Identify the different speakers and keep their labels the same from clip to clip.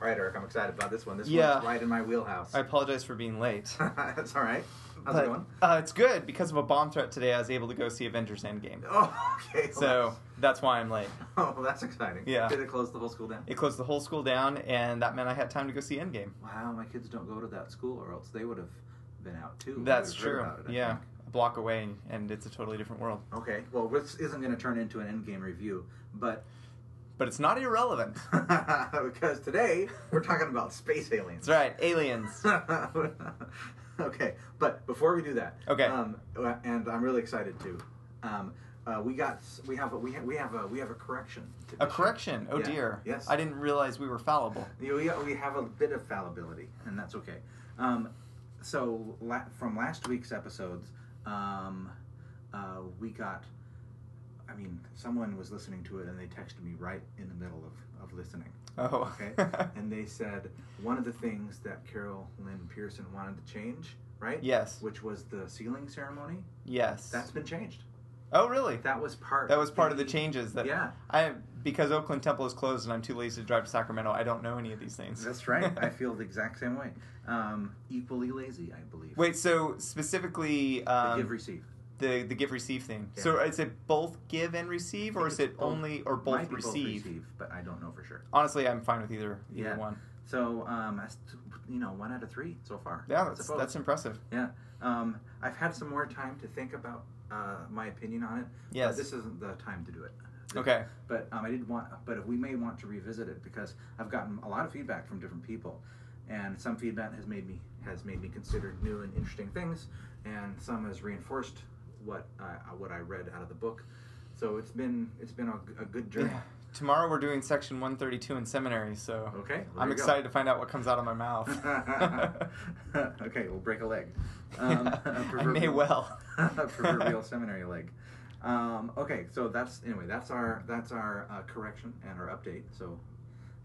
Speaker 1: All right, Eric, I'm excited about this one. This
Speaker 2: Yeah.
Speaker 1: one's right in my wheelhouse.
Speaker 2: I apologize for being late.
Speaker 1: That's all right. How's
Speaker 2: But,
Speaker 1: it going?
Speaker 2: Uh, it's good because of a bomb threat today. I was able to go see Avengers Endgame,
Speaker 1: Oh, okay. well,
Speaker 2: so
Speaker 1: that's-
Speaker 2: that's why I'm late.
Speaker 1: oh, well, that's exciting.
Speaker 2: Yeah.
Speaker 1: Did it close the whole school down?
Speaker 2: It closed the whole school down, and that meant I had time to go see Endgame.
Speaker 1: Wow, my kids don't go to that school, or else they would have been out too. They
Speaker 2: That's
Speaker 1: would have heard
Speaker 2: true.
Speaker 1: about it, I
Speaker 2: yeah,
Speaker 1: think.
Speaker 2: a block away, and it's a totally different world.
Speaker 1: Okay. Well, this isn't going to turn into an endgame review, but
Speaker 2: But it's not irrelevant.
Speaker 1: because today we're talking about space aliens.
Speaker 2: That's right, aliens.
Speaker 1: okay, but before we do that,
Speaker 2: Okay.
Speaker 1: um, and I'm really excited too. Um, uh, we got we have a, we have we have a we have a correction. To
Speaker 2: A
Speaker 1: issue.
Speaker 2: correction. Oh
Speaker 1: Yeah.
Speaker 2: dear.
Speaker 1: Yes.
Speaker 2: I didn't realize we were fallible.
Speaker 1: Yeah, We, we have a bit of fallibility, and that's okay. Um, so la- from last week's episodes, um, uh, we got. I mean, someone was listening to it, and they texted me right in the middle of, of listening.
Speaker 2: Oh.
Speaker 1: Okay, and they said one of the things that Carol Lynn Pearson wanted to change, right?
Speaker 2: yes.
Speaker 1: Which was the sealing ceremony.
Speaker 2: Yes.
Speaker 1: That's been changed.
Speaker 2: oh really?
Speaker 1: That was part.
Speaker 2: That was part of the changes that
Speaker 1: Yeah.
Speaker 2: I because Oakland Temple is closed and I'm too lazy to drive to Sacramento. I don't know any of these things.
Speaker 1: That's right. I feel the exact same way. Um, equally lazy, I believe.
Speaker 2: Wait, so specifically um,
Speaker 1: the give receive.
Speaker 2: the the give receive thing.
Speaker 1: Yeah.
Speaker 2: So is it both give and receive, or
Speaker 1: think
Speaker 2: is
Speaker 1: it's
Speaker 2: it
Speaker 1: both.
Speaker 2: only or both
Speaker 1: Might be
Speaker 2: receive?
Speaker 1: but I don't know for sure.
Speaker 2: Honestly, I'm fine with either either
Speaker 1: Yeah.
Speaker 2: one.
Speaker 1: So um, that's you know one out of three so far.
Speaker 2: Yeah,
Speaker 1: I
Speaker 2: that's
Speaker 1: suppose.
Speaker 2: that's impressive.
Speaker 1: yeah. Um, I've had some more time to think about uh, my opinion on it. but
Speaker 2: Yes.
Speaker 1: this isn't the time to do it.
Speaker 2: Okay.
Speaker 1: But um, I did want, but we may want to revisit it because I've gotten a lot of feedback from different people, and some feedback has made me has made me consider new and interesting things, and some has reinforced what I what I read out of the book. So it's been it's been a, a good journey.
Speaker 2: Yeah. Tomorrow we're doing section 132 in seminary, so
Speaker 1: Okay, well, there
Speaker 2: I'm
Speaker 1: you go.
Speaker 2: excited to find out what comes out of my mouth.
Speaker 1: okay, we'll break a leg. Um,
Speaker 2: I may
Speaker 1: proverbial-
Speaker 2: well.
Speaker 1: proverbial seminary leg. Um, okay, so that's anyway. That's our that's our uh, correction and our update. So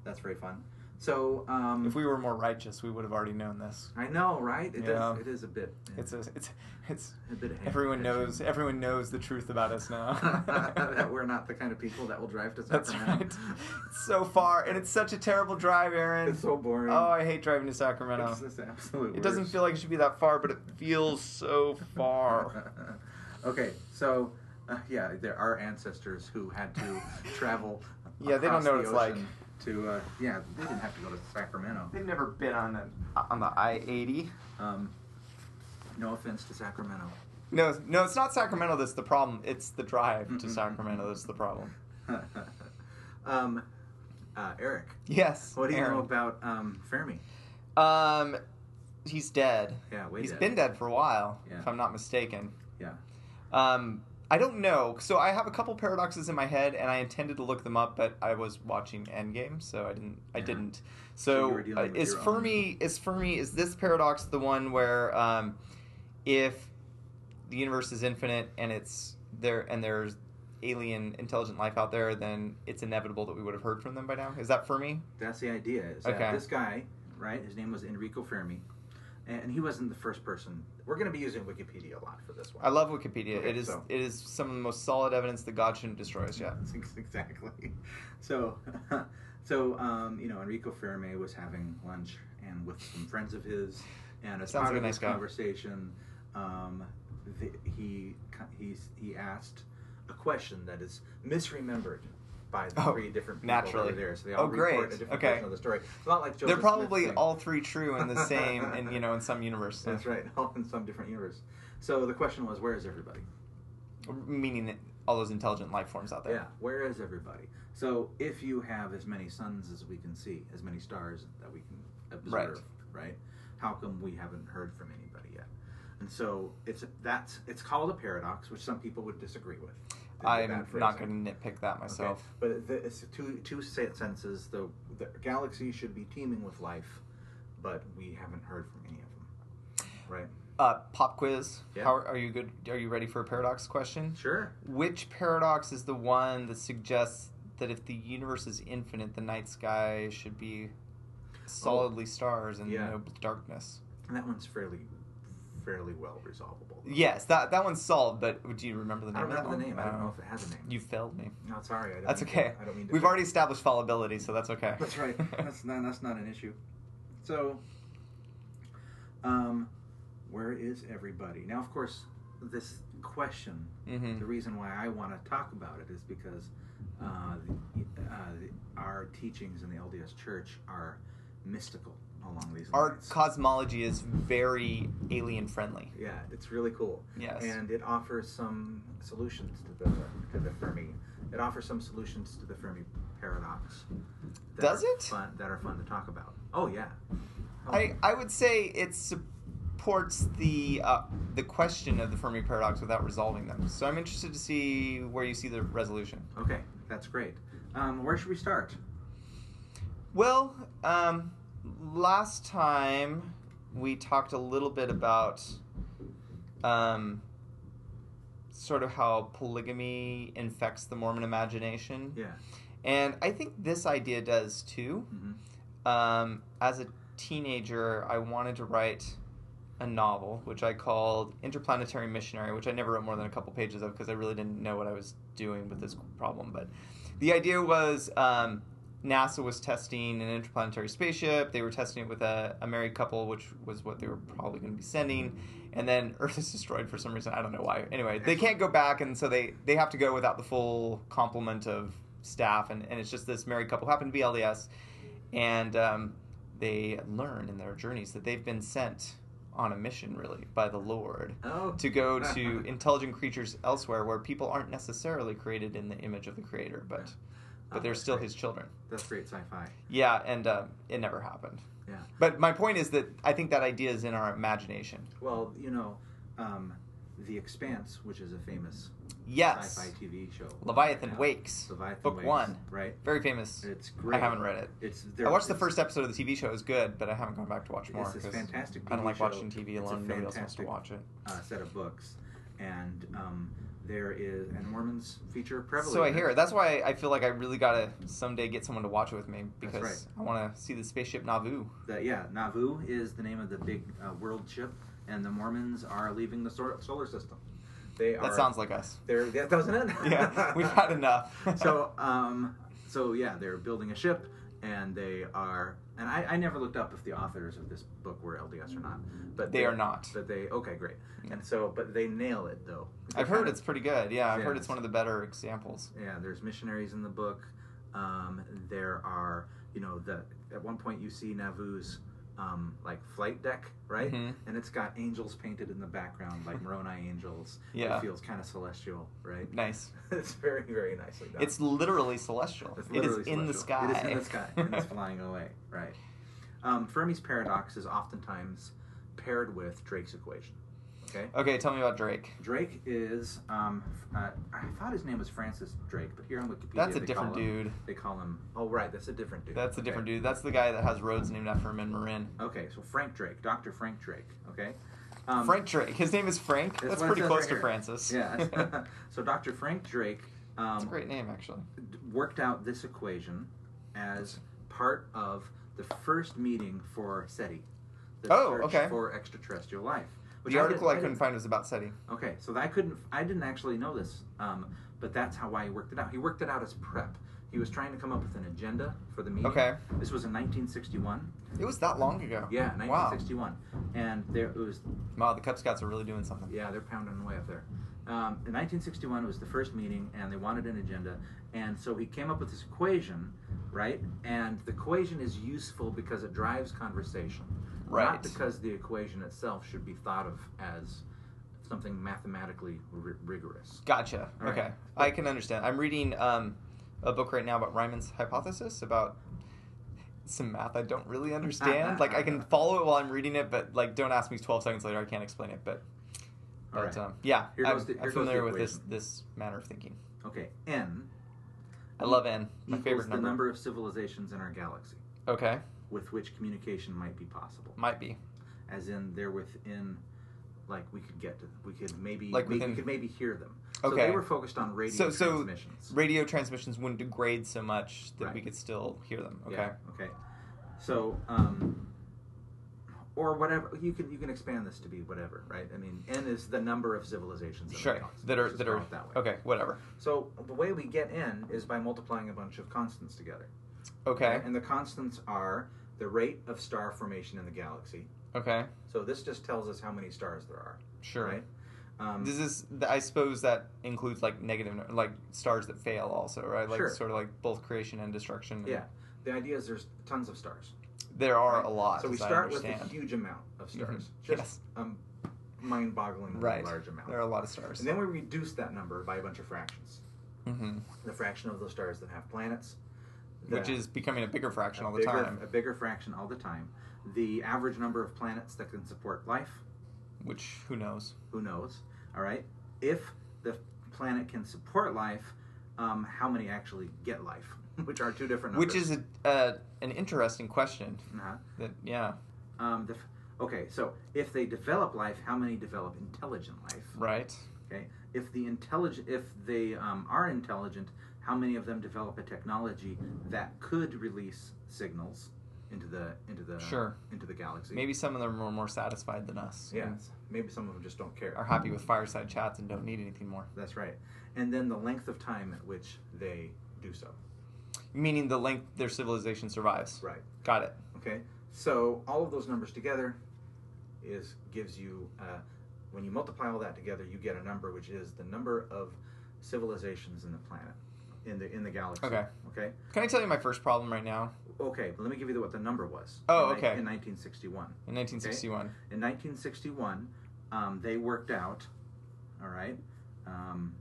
Speaker 1: that's very fun. So um,
Speaker 2: If we were more righteous, we would have already known this.
Speaker 1: I know, right? It
Speaker 2: Yeah.
Speaker 1: does. It is a bit.
Speaker 2: It's a, it's it's
Speaker 1: a bit. Of
Speaker 2: everyone
Speaker 1: hand-wrenching.
Speaker 2: knows everyone knows the truth about us now.
Speaker 1: that we're not the kind of people that will drive to
Speaker 2: That's
Speaker 1: Sacramento.
Speaker 2: right. It's so far, and it's such a terrible drive, Aaron.
Speaker 1: It's so boring.
Speaker 2: Oh, I hate driving to Sacramento.
Speaker 1: it's just the absolute.
Speaker 2: It doesn't
Speaker 1: worst.
Speaker 2: feel like it should be that far, but it feels so far.
Speaker 1: okay, so uh, yeah, there are ancestors who had to travel.
Speaker 2: Yeah, they don't
Speaker 1: across
Speaker 2: know
Speaker 1: the
Speaker 2: what it's like.
Speaker 1: ocean To uh, yeah, they didn't have to go to Sacramento.
Speaker 2: They've never been on the on the I eighty.
Speaker 1: Um, no offense to Sacramento.
Speaker 2: No, no, it's not Sacramento that's the problem. It's the drive to
Speaker 1: Mm-mm.
Speaker 2: Sacramento that's the problem.
Speaker 1: um, uh, Eric,
Speaker 2: Yes.
Speaker 1: what do you
Speaker 2: Aaron.
Speaker 1: know about um, Fermi?
Speaker 2: Um, he's dead.
Speaker 1: Yeah, way
Speaker 2: He's
Speaker 1: dead.
Speaker 2: been dead for a while,
Speaker 1: Yeah.
Speaker 2: if I'm not mistaken.
Speaker 1: Yeah.
Speaker 2: Um, I don't know. So I have a couple paradoxes in my head, and I intended to look them up, but I was watching Endgame, so I didn't. I
Speaker 1: Yeah.
Speaker 2: didn't.
Speaker 1: So you
Speaker 2: So,
Speaker 1: were dealing
Speaker 2: uh,
Speaker 1: with
Speaker 2: is
Speaker 1: your own-
Speaker 2: Fermi? Is Fermi? Is this paradox the one where um, if the universe is infinite and it's there and there's alien intelligent life out there, then it's inevitable that we would have heard from them by now? Is that Fermi?
Speaker 1: That's the idea. Is that
Speaker 2: Okay.
Speaker 1: this guy, right? His name was Enrico Fermi, and he wasn't the first person. We're going to be using Wikipedia a lot for this one.
Speaker 2: I love Wikipedia.
Speaker 1: Okay,
Speaker 2: it is.
Speaker 1: so-
Speaker 2: It is some of the most solid evidence that God shouldn't destroy us yet.
Speaker 1: That's ex- exactly. So, so um, you know, Enrico Fermi was having lunch and with some friends of his, and as
Speaker 2: Sounds
Speaker 1: part
Speaker 2: like a
Speaker 1: of
Speaker 2: nice
Speaker 1: this
Speaker 2: guy.
Speaker 1: conversation, um, th he he he asked a question that is misremembered by the
Speaker 2: Oh,
Speaker 1: three different people that
Speaker 2: naturally.
Speaker 1: were there. So they
Speaker 2: Oh,
Speaker 1: all report
Speaker 2: great.
Speaker 1: a different
Speaker 2: Okay.
Speaker 1: version of the story. It's not like Joseph
Speaker 2: They're
Speaker 1: Smith's
Speaker 2: probably
Speaker 1: thing.
Speaker 2: all three true in the same, and you know, in some universe. so-
Speaker 1: That's right, all in some different universe. So the question was, where is everybody?
Speaker 2: Meaning that all those intelligent life forms out there.
Speaker 1: Yeah, where is everybody? So if you have as many suns as we can see, as many stars that we can observe, right? How come we haven't heard from anybody yet? And so it's that's it's called a paradox, which some people would disagree with.
Speaker 2: I'm
Speaker 1: That phrasing.
Speaker 2: not going to nitpick that
Speaker 1: Okay.
Speaker 2: myself.
Speaker 1: But the, it's two two se- senses. The the galaxy should be teeming with life, but we haven't heard from any of them, right?
Speaker 2: Uh, pop quiz.
Speaker 1: Yeah.
Speaker 2: How are you good? Are you ready for a paradox question?
Speaker 1: Sure.
Speaker 2: Which paradox is the one that suggests that if the universe is infinite, the night sky should be solidly stars and
Speaker 1: Oh, Yeah.
Speaker 2: no darkness?
Speaker 1: And that one's fairly
Speaker 3: fairly well resolvable.
Speaker 2: Yes, that that one's solved. But do you remember the
Speaker 1: I
Speaker 2: name?
Speaker 1: don't
Speaker 2: of that
Speaker 1: remember the
Speaker 2: one?
Speaker 1: name. I
Speaker 2: Uh,
Speaker 1: don't know if it has a name.
Speaker 2: You failed me.
Speaker 1: No, sorry. I don't
Speaker 2: That's
Speaker 1: mean
Speaker 2: okay.
Speaker 1: To, I don't mean to
Speaker 2: We've
Speaker 1: fail.
Speaker 2: already established fallibility, so that's okay.
Speaker 1: That's right. That's not. That's not an issue. So, um, where is everybody now? Of course, this question.
Speaker 2: Mhm.
Speaker 1: The reason why I want to talk about it is because uh, the, uh, the, our teachings in the LDS Church are mystical along these
Speaker 2: Our
Speaker 1: lines.
Speaker 2: cosmology is very alien friendly.
Speaker 1: yeah, it's really cool.
Speaker 2: Yes.
Speaker 1: and it offers some solutions to the to the Fermi. It offers some solutions to the Fermi paradox. that
Speaker 2: Does
Speaker 1: are
Speaker 2: it?
Speaker 1: Fun, that are fun to talk about. Oh yeah. Oh,
Speaker 2: I, I would say it supports the uh, the question of the Fermi paradox without resolving them. So I'm interested to see where you see the resolution.
Speaker 1: okay, that's great. Um, where should we start?
Speaker 2: Well, um, last time we talked a little bit about um, sort of how polygamy infects the Mormon imagination.
Speaker 1: Yeah.
Speaker 2: And I think this idea does too.
Speaker 1: hmm
Speaker 2: Um, as a teenager, I wanted to write a novel, which I called Interplanetary Missionary, which I never wrote more than a couple pages of because I really didn't know what I was doing with this problem. But the idea was um, NASA was testing an interplanetary spaceship. They were testing it with a, a married couple, which was what they were probably going to be sending. And then Earth is destroyed for some reason. I don't know why. Anyway, they can't go back, and so they, they have to go without the full complement of staff. And, and it's just this married couple who happened to be LDS and um, they learn in their journeys that they've been sent on a mission, really, by the Lord
Speaker 1: Oh.
Speaker 2: to go to intelligent creatures elsewhere where people aren't necessarily created in the image of the Creator, but but they're
Speaker 1: Oh, that's
Speaker 2: still
Speaker 1: great.
Speaker 2: His children.
Speaker 1: That's great sci-fi.
Speaker 2: Yeah, and uh, it never happened.
Speaker 1: Yeah.
Speaker 2: But my point is that I think that idea is in our imagination.
Speaker 1: Well, you know, um, The Expanse, which is a famous
Speaker 2: Yes,
Speaker 1: sci-fi TV show.
Speaker 2: Leviathan
Speaker 1: Yeah.
Speaker 2: Wakes,
Speaker 1: Leviathan
Speaker 2: book
Speaker 1: Wakes,
Speaker 2: one,
Speaker 1: Right.
Speaker 2: very famous.
Speaker 1: It's great.
Speaker 2: I haven't read it.
Speaker 1: It's.
Speaker 2: I watched the
Speaker 1: it's-
Speaker 2: first episode of the TV show. It was good, but I haven't gone back to watch more.
Speaker 1: It's this
Speaker 2: 'cause
Speaker 1: fantastic
Speaker 2: I don't
Speaker 1: TV
Speaker 2: like
Speaker 1: show.
Speaker 2: watching TV
Speaker 1: It's a
Speaker 2: alone. Nobody else wants to
Speaker 1: fantastic-
Speaker 2: watch it.
Speaker 1: uh, set of books, and um, there is and Mormons feature prevalent.
Speaker 2: So I
Speaker 1: in
Speaker 2: hear it. That's why I feel like I really gotta someday get someone to watch it with me because
Speaker 1: right.
Speaker 2: I want to see the spaceship Nauvoo.
Speaker 1: That yeah, Nauvoo is the name of the big uh, world ship, and the Mormons are leaving the sor- solar system. They are.
Speaker 2: That sounds like us.
Speaker 1: They're yeah, doesn't it?
Speaker 2: yeah, we've had enough.
Speaker 1: so um, so yeah, they're building a ship, and they are. And I, I never looked up if the authors of this book were LDS or not, but
Speaker 2: They
Speaker 1: they
Speaker 2: are not.
Speaker 1: But they okay, great. And so, but they nail it though.
Speaker 2: I've heard it's pretty good. Yeah, I've
Speaker 1: Yeah,
Speaker 2: heard it's
Speaker 1: it's-
Speaker 2: one of the better examples.
Speaker 1: Yeah, there's missionaries in the book. Um, there are, you know, the at one point you see Nauvoo's um, like flight deck, right?
Speaker 2: Mhm.
Speaker 1: And it's got angels painted in the background, like Moroni angels.
Speaker 2: Yeah.
Speaker 1: it feels kind of celestial, right?
Speaker 2: Nice.
Speaker 1: it's very, very nicely done.
Speaker 2: It's literally celestial.
Speaker 1: It's
Speaker 2: it is
Speaker 1: literally
Speaker 2: in the
Speaker 1: celestial. It
Speaker 2: sky.
Speaker 1: is in the sky, and it's flying away, right? Um, Fermi's paradox is oftentimes paired with Drake's equation. Okay.
Speaker 2: okay, tell me about Drake.
Speaker 1: Drake is, um, uh, I thought his name was Francis Drake, but here on Wikipedia,
Speaker 2: That's a
Speaker 1: they
Speaker 2: different
Speaker 1: call him-
Speaker 2: dude.
Speaker 1: They call him. Oh, right, that's a different dude.
Speaker 2: That's a
Speaker 1: okay.
Speaker 2: different dude. That's the guy that has roads named after him in Marin.
Speaker 1: Okay, so Frank Drake, Doctor Frank Drake. Okay, um,
Speaker 2: Frank Drake. His name is Frank. That's,
Speaker 1: what it
Speaker 2: pretty
Speaker 1: says
Speaker 2: close
Speaker 1: right
Speaker 2: to
Speaker 1: here.
Speaker 2: Francis.
Speaker 1: Yeah.
Speaker 2: That's
Speaker 1: so Doctor Frank Drake
Speaker 2: a
Speaker 1: um,
Speaker 2: great name, actually.
Speaker 1: d- worked out this equation as part of the first meeting for SETI. The
Speaker 2: Oh,
Speaker 1: search
Speaker 2: okay.
Speaker 1: For extraterrestrial life.
Speaker 2: the
Speaker 1: I
Speaker 2: article I,
Speaker 1: didn't-
Speaker 2: couldn't find was about SETI.
Speaker 1: Okay, so I couldn't, I didn't actually know this, um, but that's how I worked it out. He worked it out as prep. He was trying to come up with an agenda for the meeting.
Speaker 2: Okay.
Speaker 1: This was in 1961.
Speaker 2: It was that long ago.
Speaker 1: Yeah,
Speaker 2: Wow.
Speaker 1: 1961. And there it was,
Speaker 2: Wow, the Cub Scouts are really doing something.
Speaker 1: yeah, they're pounding away up there. Um, in 1961 was the first meeting, and they wanted an agenda, and so he came up with this equation, right? And the equation is useful because it drives conversation,
Speaker 2: Right.
Speaker 1: Not because the equation itself should be thought of as something mathematically ri rigorous.
Speaker 2: Gotcha.
Speaker 1: All right.
Speaker 2: Okay. I can understand. I'm reading um, a book right now about Riemann's hypothesis about some math I don't really understand. like I can follow it while I'm reading it, but like don't ask me 12 seconds later. I can't explain it. But,
Speaker 1: All
Speaker 2: but
Speaker 1: right.
Speaker 2: um, yeah,
Speaker 1: Here
Speaker 2: I'm,
Speaker 1: goes the-
Speaker 2: I'm
Speaker 1: here goes the
Speaker 2: familiar with this
Speaker 1: equation.
Speaker 2: this manner of thinking.
Speaker 1: Okay, n
Speaker 2: I love n. My
Speaker 1: E equals
Speaker 2: favorite
Speaker 1: the
Speaker 2: number.
Speaker 1: number of civilizations in our galaxy
Speaker 2: Okay,
Speaker 1: with which communication might be possible.
Speaker 2: might be.
Speaker 1: As in, they're within, like we could get to, we could maybe,
Speaker 2: Like
Speaker 1: maybe
Speaker 2: within-
Speaker 1: we could maybe hear them. So
Speaker 2: Okay.
Speaker 1: they were focused on radio
Speaker 2: So- so-
Speaker 1: transmissions.
Speaker 2: Radio transmissions wouldn't degrade so much that we
Speaker 1: Right.
Speaker 2: could still hear them. Okay.
Speaker 1: Yeah, okay. So, um, or whatever you can you can expand this to be whatever, right? I mean, n is the number of civilizations. That
Speaker 2: sure.
Speaker 1: are constant.
Speaker 2: That are
Speaker 1: Let's just
Speaker 2: that
Speaker 1: call
Speaker 2: are
Speaker 1: it that way.
Speaker 2: okay. Whatever.
Speaker 1: So the way we get n is by multiplying a bunch of constants together.
Speaker 2: Okay.
Speaker 1: And the constants are the rate of star formation in the galaxy.
Speaker 2: Okay.
Speaker 1: So this just tells us how many stars there are.
Speaker 2: Sure.
Speaker 1: Right. Um,
Speaker 2: This is, I suppose, that includes like negative, like stars that fail, also, right? Like
Speaker 1: Sure.
Speaker 2: sort of like both creation and destruction. and-
Speaker 1: yeah. The idea is there's tons of stars.
Speaker 2: there are
Speaker 1: Right.
Speaker 2: a lot.
Speaker 1: So we
Speaker 2: as I
Speaker 1: start with a
Speaker 2: understand.
Speaker 1: huge amount of stars.
Speaker 2: Mhm.
Speaker 1: Just
Speaker 2: Yes.
Speaker 1: um, mind-bogglingly
Speaker 2: right.
Speaker 1: large amount.
Speaker 2: There are a lot of stars.
Speaker 1: And then we reduce that number by a bunch of fractions.
Speaker 2: hmm
Speaker 1: The fraction of those stars that have planets. the-
Speaker 2: Which is becoming a bigger fraction
Speaker 1: a
Speaker 2: all the
Speaker 1: bigger-
Speaker 2: time,
Speaker 1: A bigger fraction all the time. The average number of planets that can support life.
Speaker 2: which who knows?
Speaker 1: Who knows? All right. If the planet can support life, um, how many actually get life? Which are two different numbers.
Speaker 2: Which is a, uh, an interesting question.
Speaker 1: Uh-huh.
Speaker 2: That yeah,
Speaker 1: Um, the, f- okay, so if they develop life, how many develop intelligent life?
Speaker 2: right.
Speaker 1: Okay, if the intelligent, if they um, are intelligent, how many of them develop a technology that could release signals into the into the
Speaker 2: Sure.
Speaker 1: into the galaxy?
Speaker 2: Maybe some of them are more satisfied than us.
Speaker 1: yeah.
Speaker 2: and
Speaker 1: Maybe some of them just don't care.
Speaker 2: Are happy with fireside chats and don't need anything more.
Speaker 1: That's right. And then the length of time at which they do so.
Speaker 2: Meaning the length their civilization survives.
Speaker 1: Right.
Speaker 2: Got it.
Speaker 1: Okay. So all of those numbers together is gives you uh, when you multiply all that together, you get a number which is the number of civilizations in the planet in the in the galaxy.
Speaker 2: Okay.
Speaker 1: Okay.
Speaker 2: Can I tell you my first problem right now?
Speaker 1: Okay. But let me give you the, what the number was.
Speaker 2: Oh,
Speaker 1: in, ni-
Speaker 2: okay.
Speaker 1: In 1961.
Speaker 2: In 1961.
Speaker 1: In 1961, um, they worked out. All right. Um,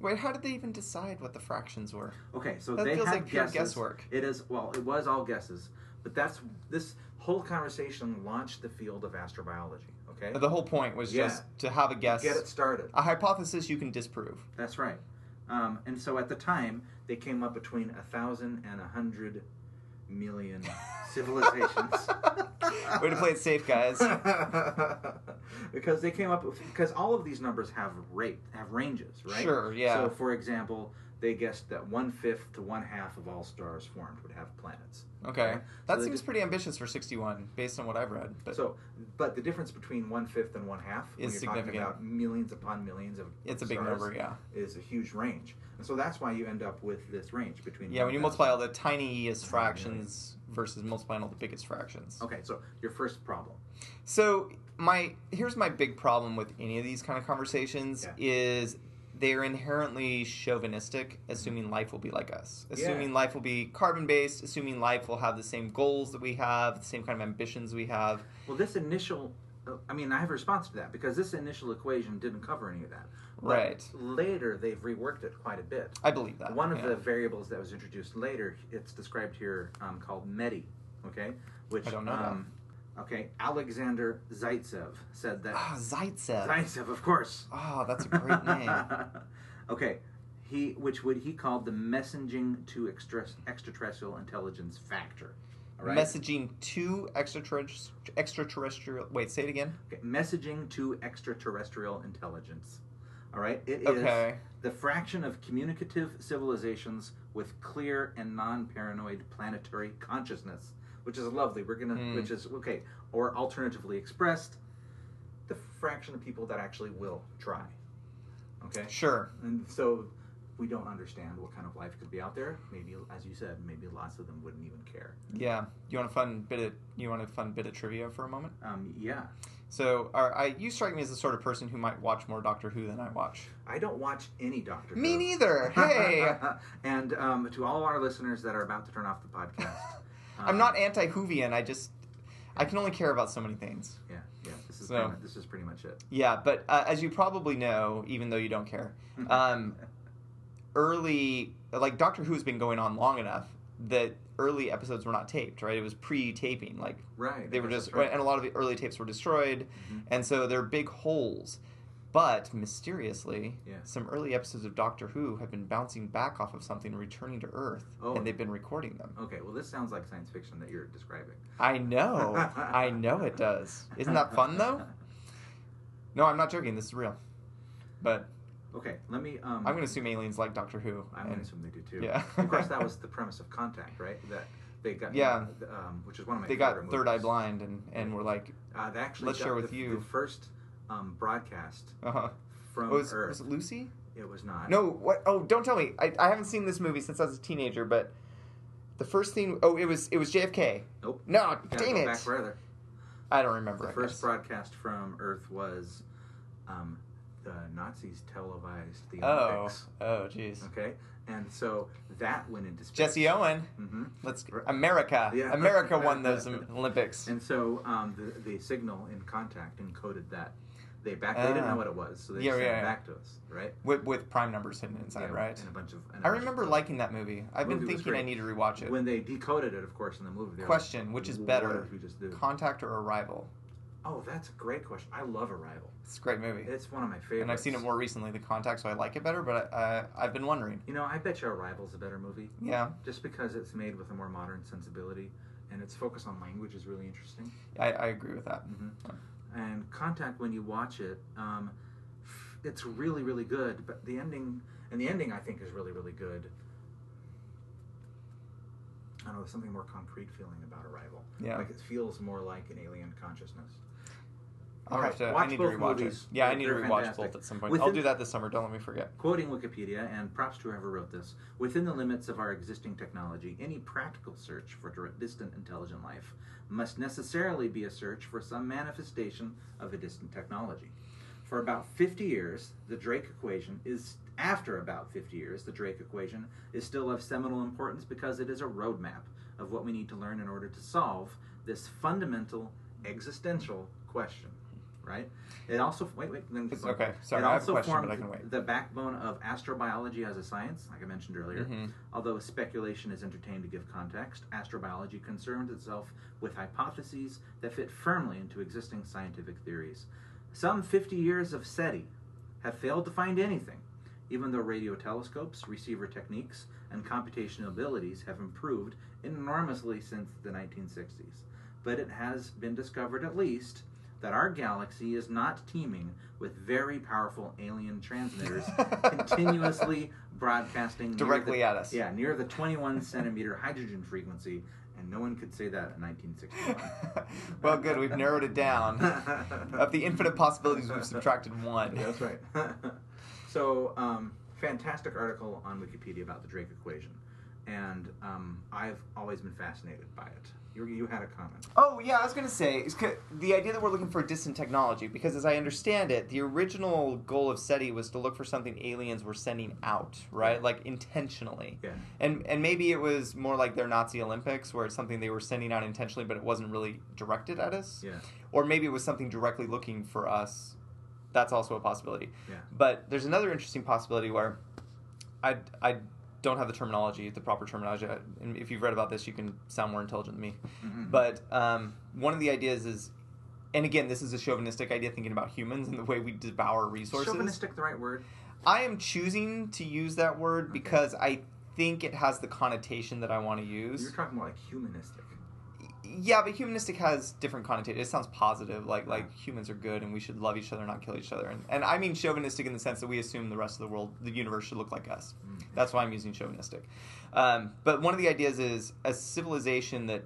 Speaker 2: Wait, how did they even decide what the fractions were?
Speaker 1: Okay, so
Speaker 2: That
Speaker 1: they
Speaker 2: feels
Speaker 1: had
Speaker 2: like pure
Speaker 1: guesses.
Speaker 2: guesswork.
Speaker 1: It is well, it was all guesses, but that's this whole conversation launched the field of astrobiology. Okay,
Speaker 2: The whole point was
Speaker 1: Yeah.
Speaker 2: just to have a guess,
Speaker 1: get it started.
Speaker 2: a hypothesis you can disprove.
Speaker 1: That's right. Um, and so at the time, they came up between a thousand and a hundred million civilizations.
Speaker 2: Way to play it safe, guys.
Speaker 1: because they came up with because all of these numbers have rate have ranges, right?
Speaker 2: Sure, yeah.
Speaker 1: So for example, they guessed that one fifth to one half of all stars formed would have planets.
Speaker 2: Okay,
Speaker 1: Okay.
Speaker 2: that
Speaker 1: So they
Speaker 2: seems
Speaker 1: did-
Speaker 2: pretty ambitious for 61, based on what I've read. But
Speaker 1: so, but the difference between one fifth and one half when
Speaker 2: Is
Speaker 1: you're
Speaker 2: significant.
Speaker 1: talking about millions upon millions of
Speaker 2: it's a big
Speaker 1: stars
Speaker 2: number, yeah.
Speaker 1: is a huge range, and so that's why you end up with this range between
Speaker 2: Yeah, when you
Speaker 1: 1,000.
Speaker 2: multiply all the tiniest
Speaker 1: Yeah.
Speaker 2: fractions versus multiplying all the biggest fractions.
Speaker 1: Okay, so your first problem.
Speaker 2: So my here's my big problem with any of these kind of conversations
Speaker 1: Yeah.
Speaker 2: is they're inherently chauvinistic, assuming life will be like us, assuming
Speaker 1: Yeah.
Speaker 2: life will be carbon based, assuming life will have the same goals that we have, the same kind of ambitions we have.
Speaker 1: Well, this initial, uh, I mean, I have a response to that because this initial equation didn't cover any of that. But
Speaker 2: Right.
Speaker 1: Later, they've reworked it quite a bit.
Speaker 2: I believe that
Speaker 1: One of
Speaker 2: yeah.
Speaker 1: the variables that was introduced later, it's described here um, called METI, okay? Which,
Speaker 2: I don't know that.
Speaker 1: um, okay, Alexander Zaitsev said that.
Speaker 2: Ah, Zaitsev.
Speaker 1: Zaitsev, of course.
Speaker 2: Oh, that's a great name.
Speaker 1: okay, he which would he called the messaging to extra, extraterrestrial intelligence factor. All right.
Speaker 2: Messaging to extraterrestri- extraterrestrial. Wait, say it again.
Speaker 1: Okay, messaging to extraterrestrial intelligence. All right, it is
Speaker 2: Okay.
Speaker 1: the fraction of communicative civilizations with clear and non-paranoid planetary consciousness, which is lovely. We're gonna,
Speaker 2: Hmm.
Speaker 1: which is okay, or alternatively expressed, the fraction of people that actually will try. Okay,
Speaker 2: Sure.
Speaker 1: and so we don't understand what kind of life could be out there. Maybe, as you said, maybe lots of them wouldn't even care.
Speaker 2: Yeah. You want a fun bit of you want a fun bit of trivia for a moment?
Speaker 1: Um, yeah,
Speaker 2: So, are, I, you strike me as the sort of person who might watch more Doctor Who than I watch.
Speaker 1: I don't watch any Doctor.
Speaker 2: Me
Speaker 1: Who.
Speaker 2: neither. Hey,
Speaker 1: and um, to all our listeners that are about to turn off the podcast, um,
Speaker 2: I'm not anti-Hoovian. I just I can only care about so many things.
Speaker 1: um, Yeah, yeah. This is
Speaker 2: So-
Speaker 1: pretty much, this is pretty much it.
Speaker 2: Yeah, but uh, as you probably know, even though you don't care, um, early like Doctor Who has been going on long enough that early episodes were not taped. Right, it was pre-taping. Like
Speaker 1: right.
Speaker 2: they
Speaker 1: I
Speaker 2: were
Speaker 1: guess
Speaker 2: just
Speaker 1: that's right.
Speaker 2: and a lot of the early tapes were destroyed
Speaker 1: Mhm.
Speaker 2: and so there are big holes but mysteriously
Speaker 1: Yeah.
Speaker 2: some early episodes of doctor who have been bouncing back off of something returning to earth
Speaker 1: Oh.
Speaker 2: and they've been recording them
Speaker 1: Okay, well, this sounds like science fiction that you're describing.
Speaker 2: i know i know it does isn't that fun though no i'm not joking this is real but
Speaker 1: Okay, let me. Um,
Speaker 2: i'm going to assume aliens like doctor who
Speaker 1: I'm going
Speaker 2: and-
Speaker 1: to assume they do too.
Speaker 2: Yeah.
Speaker 1: of course, that was the premise of Contact, right? That They got
Speaker 2: Yeah.
Speaker 1: um, which is one of my
Speaker 2: They got
Speaker 1: favorite
Speaker 2: Third Eye
Speaker 1: movies.
Speaker 2: Blind and and were like,
Speaker 1: Uh, they actually
Speaker 2: Let's
Speaker 1: got
Speaker 2: Share
Speaker 1: the-
Speaker 2: With You.
Speaker 1: the first um, broadcast
Speaker 2: uh,
Speaker 1: from
Speaker 2: was,
Speaker 1: Earth.
Speaker 2: was it Lucy?
Speaker 1: it was not.
Speaker 2: No, what? Oh, don't tell me. I, I haven't seen this movie since I was a teenager, but the first thing. Oh, it was it was JFK.
Speaker 1: Nope.
Speaker 2: No,
Speaker 1: You gotta
Speaker 2: dang
Speaker 1: go back
Speaker 2: it!
Speaker 1: further.
Speaker 2: I don't remember.
Speaker 1: The
Speaker 2: I
Speaker 1: first
Speaker 2: guess.
Speaker 1: broadcast from Earth was um, the Nazis televised the
Speaker 2: oh,
Speaker 1: Olympics.
Speaker 2: oh, jeez.
Speaker 1: Okay, and so that went into space.
Speaker 2: Jesse Owen.
Speaker 1: hmm
Speaker 2: Let's
Speaker 1: Right.
Speaker 2: America.
Speaker 1: Yeah.
Speaker 2: America won those Olympics.
Speaker 1: And so um, the, the signal in contact encoded that. They back. They didn't
Speaker 2: Ah.
Speaker 1: know what it was, so they
Speaker 2: Yeah,
Speaker 1: sent
Speaker 2: yeah,
Speaker 1: it
Speaker 2: yeah.
Speaker 1: back to us, right?
Speaker 2: with, with prime numbers hidden inside,
Speaker 1: Yeah,
Speaker 2: right?
Speaker 1: And a bunch of. and a
Speaker 2: I
Speaker 1: bunch of
Speaker 2: remember
Speaker 1: clues.
Speaker 2: lighting that movie. I've been
Speaker 1: Movie was
Speaker 2: thinking I
Speaker 1: great.
Speaker 2: need to rewatch it.
Speaker 1: when they decoded it, of course, in the movie. they were
Speaker 2: Question, which is
Speaker 1: "What
Speaker 2: better,
Speaker 1: did we just do?"
Speaker 2: Contact or Arrival?
Speaker 1: Oh, that's a great question. I love Arrival.
Speaker 2: It's a great movie,
Speaker 1: It's one of my favorites.
Speaker 2: and I've seen it more recently, The Contact, so I like it better. But I, uh, I've been wondering.
Speaker 1: You know, I bet you Arrival's a better movie,
Speaker 2: Yeah,
Speaker 1: just because it's made with a more modern sensibility, and its focus on language is really interesting.
Speaker 2: I, I agree with that.
Speaker 1: hmm And Contact, when you watch it, um, f- it's really, really good. But the ending, and the ending, I think, is really, really good. I don't know, there's something more concrete feeling about Arrival.
Speaker 2: Yeah,
Speaker 1: Like it feels more like an alien consciousness.
Speaker 2: I'll have to. I
Speaker 1: Watch
Speaker 2: need to
Speaker 1: both
Speaker 2: rewatch
Speaker 1: movies.
Speaker 2: it. Yeah, I
Speaker 1: They're-
Speaker 2: need to
Speaker 1: they're
Speaker 2: rewatch
Speaker 1: fantastic.
Speaker 2: both at some point.
Speaker 1: Within-
Speaker 2: I'll do that this summer. Don't let me forget.
Speaker 1: Quoting Wikipedia, and props to whoever wrote this, within the limits of our existing technology, any practical search for dir- distant intelligent life must necessarily be a search for some manifestation of a distant technology. For about 50 years, the Drake equation is, after about 50 years, the Drake equation is still of seminal importance because it is a roadmap of what we need to learn in order to solve this fundamental existential question, right? It also, wait, wait, then
Speaker 2: It's okay. Sorry, I have a question, but I can wait.
Speaker 1: the backbone of astrobiology as a science, like I mentioned earlier.
Speaker 2: hmm
Speaker 1: Although speculation is entertained to give context, astrobiology concerned itself with hypotheses that fit firmly into existing scientific theories. Some 50 years of SETI have failed to find anything, even though radio telescopes, receiver techniques, and computational abilities have improved enormously since the 1960s. But it has been discovered at least that our galaxy is not teeming with very powerful alien transmitters continuously broadcasting near the-
Speaker 2: Directly at us.
Speaker 1: yeah, near the 21 centimeter hydrogen frequency, and no one could say that in 1961.
Speaker 2: well, good. We've narrowed it down. of the infinite possibilities, we've subtracted one.
Speaker 1: Yeah, That's right. so, um, fantastic article on Wikipedia about the Drake equation, and um, I've always been fascinated by it. You, you had a comment.
Speaker 2: Oh yeah, I was gonna say it's ca- the idea that we're looking for distant technology because, as I understand it, the original goal of SETI was to look for something aliens were sending out, right? Like intentionally,
Speaker 1: Yeah.
Speaker 2: and and maybe it was more like their Nazi Olympics, where it's something they were sending out intentionally, but it wasn't really directed at us,
Speaker 1: Yeah.
Speaker 2: or maybe it was something directly looking for us. That's also a possibility.
Speaker 1: Yeah.
Speaker 2: But there's another interesting possibility where I I don't have the terminology, the proper terminology. And if you've read about this, you can sound more intelligent than me.
Speaker 1: Mhm.
Speaker 2: But um, one of the ideas is, and again, this is a chauvinistic idea thinking about humans and the way we devour resources.
Speaker 1: Chauvinistic, the right word?
Speaker 2: I am choosing to use that word
Speaker 1: Okay.
Speaker 2: because I think it has the connotation that I want to
Speaker 1: You're
Speaker 2: use.
Speaker 1: talking more like humanistic.
Speaker 2: Yeah, but humanistic has different connotation. It sounds positive, like like humans are good and we should love each other, not kill each other. And, and I mean chauvinistic in the sense that we assume the rest of the world, the universe, should look like us.
Speaker 1: Mm.
Speaker 2: That's why I'm using chauvinistic. Um, but one of the ideas is a civilization that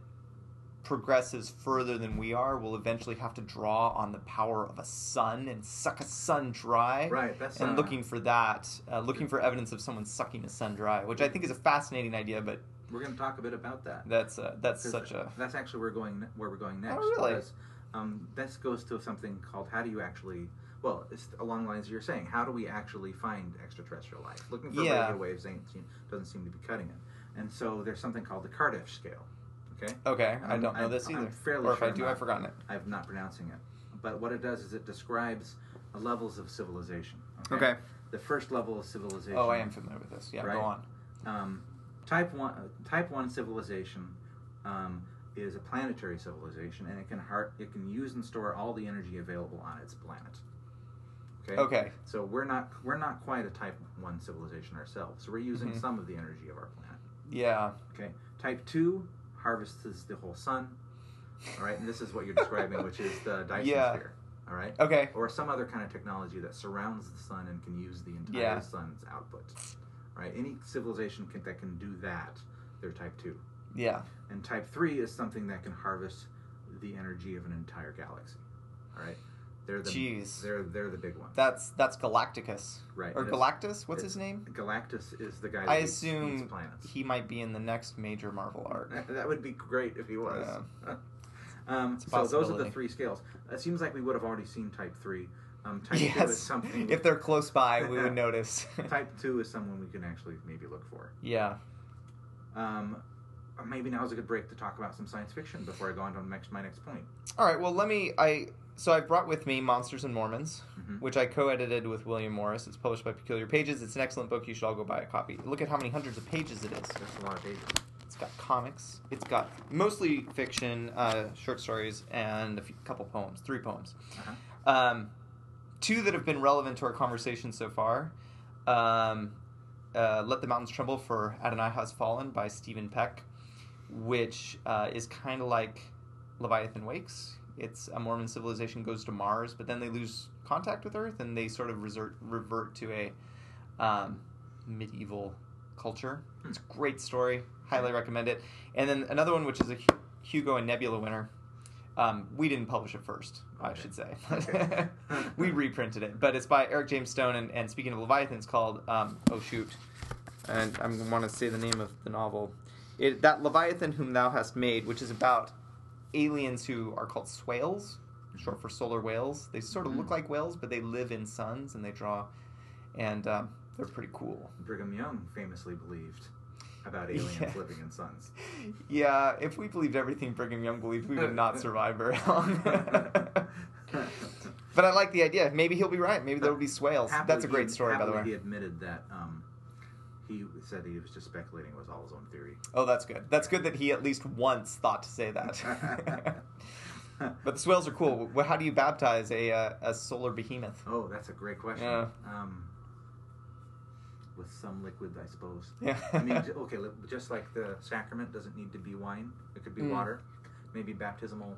Speaker 2: progresses further than we are will eventually have to draw on the power of a sun and suck a sun dry.
Speaker 1: Right. That's
Speaker 2: And
Speaker 1: uh,
Speaker 2: looking for that, uh, looking for evidence of someone sucking a sun dry, which I think is a fascinating idea, but
Speaker 1: We're going to talk a bit about that.
Speaker 2: that's uh, that's
Speaker 1: 'Cause
Speaker 2: such a
Speaker 1: That's actually where going where we're going next.
Speaker 2: Oh, really?
Speaker 1: because, um, this goes to something called how do you actually? Well, it's along the lines you're saying. How do we actually find extraterrestrial life? Looking for
Speaker 2: Yeah.
Speaker 1: radio waves ain't seem, doesn't seem to be cutting it. And so there's something called the Cardiff scale. Okay,
Speaker 2: okay. I
Speaker 1: I'm-
Speaker 2: don't know
Speaker 1: I'm-
Speaker 2: this
Speaker 1: I'm
Speaker 2: either,
Speaker 1: fairly
Speaker 2: or if
Speaker 1: sure
Speaker 2: I do,
Speaker 1: not.
Speaker 2: I've forgotten it.
Speaker 1: I'm not pronouncing it, but what it does is it describes the levels of civilization.
Speaker 2: Okay.
Speaker 1: The first level of civilization.
Speaker 2: Oh, I am familiar with this. Yeah,
Speaker 1: Right.
Speaker 2: go on.
Speaker 1: um, type one uh, type one civilization um, is a planetary civilization, and it can heart it can use and store all the energy available on its planet. Okay.
Speaker 2: Okay.
Speaker 1: So we're not we're not quite a type one civilization ourselves. We're using
Speaker 2: Mhm.
Speaker 1: some of the energy of our planet.
Speaker 2: Yeah.
Speaker 1: Okay. Type two harvests the whole sun. All right, and this is what you're describing, which is the Dyson
Speaker 2: Yeah.
Speaker 1: sphere. All right.
Speaker 2: Okay.
Speaker 1: Or some other kind of technology that surrounds the sun and can use the entire
Speaker 2: Yeah.
Speaker 1: sun's output. Right? Any civilization can, that can do that, they're type two.
Speaker 2: Yeah.
Speaker 1: And type 3 is something that can harvest the energy of an entire galaxy. All right? They're the
Speaker 2: Jeez.
Speaker 1: they're they're the big one.
Speaker 2: That's that's Galacticus.
Speaker 1: Right.
Speaker 2: Or
Speaker 1: And it's-
Speaker 2: Galactus? What's
Speaker 1: it-
Speaker 2: his name?
Speaker 1: Galactus is the guy that
Speaker 2: I
Speaker 1: eats-
Speaker 2: assume
Speaker 1: eats planets.
Speaker 2: He might be in the next major Marvel arc.
Speaker 1: that would be great if he was. um,
Speaker 2: It's a
Speaker 1: so those are the
Speaker 2: possibility.
Speaker 1: three scales. It seems like we would have already seen type 3. Um, type 2 is
Speaker 2: yes.
Speaker 1: something
Speaker 2: If they're close by, we would notice.
Speaker 1: type 2 is someone we can actually maybe look for.
Speaker 2: yeah.
Speaker 1: Um, maybe now is a good break to talk about some science fiction before I go on to next, my next point.
Speaker 2: All right. Well, let me. I so I brought with me Monsters and Mormons,
Speaker 1: Mhm.
Speaker 2: which I co-edited with William Morris. It's published by Peculiar Pages. It's an excellent book. You should all go buy a copy. Look at how many hundreds of pages it is.
Speaker 1: That's a lot of pages.
Speaker 2: It's got comics. It's got mostly fiction, uh, short stories, and a few, couple poems. Three poems.
Speaker 1: Uh-huh.
Speaker 2: Um, two that have been relevant to our conversation so far. Um, uh, Let the Mountains Tremble for Adonai Has Fallen by Stephen Peck, which uh, is kind of like Leviathan Wakes. It's a Mormon civilization goes to Mars, but then they lose contact with Earth and they sort of resort, revert to a um, medieval culture. It's a great story. Highly recommend it. And then another one, which is a Hu- Hugo and Nebula winner. Um, we didn't publish it first, I
Speaker 1: Okay.
Speaker 2: should say.
Speaker 1: Okay.
Speaker 2: we reprinted it, but it's by Eric James Stone. And, and speaking of Leviathan, it's called um, Oh Shoot. And I am want to say the name of the novel. It, that Leviathan whom thou hast made, which is about aliens who are called swales, short for solar whales. They sort of
Speaker 1: Mhm.
Speaker 2: look like whales, but they live in suns and they draw, and um, they're pretty cool.
Speaker 1: Brigham Young famously believed about aliens
Speaker 2: Yeah.
Speaker 1: living in suns.
Speaker 2: Yeah, if we believed everything Brigham Young believed, we would not survive very long. but I like the idea. Maybe he'll be right. Maybe there will be swales.
Speaker 1: Happily
Speaker 2: That's a
Speaker 1: he-
Speaker 2: great story, by the
Speaker 1: happily He
Speaker 2: way.
Speaker 1: admitted that um, he said he was just speculating. It was all his own theory.
Speaker 2: Oh, that's good. That's good that he at least once thought to say that. but the swales are cool. Well, How do you baptize a, uh, a solar behemoth?
Speaker 1: Oh, that's a great question.
Speaker 2: Yeah.
Speaker 1: Um, with some liquid, I suppose.
Speaker 2: Yeah.
Speaker 1: I mean, j- okay, li- just like the sacrament doesn't need to be wine, it could be
Speaker 2: Mm.
Speaker 1: water. Maybe baptismal.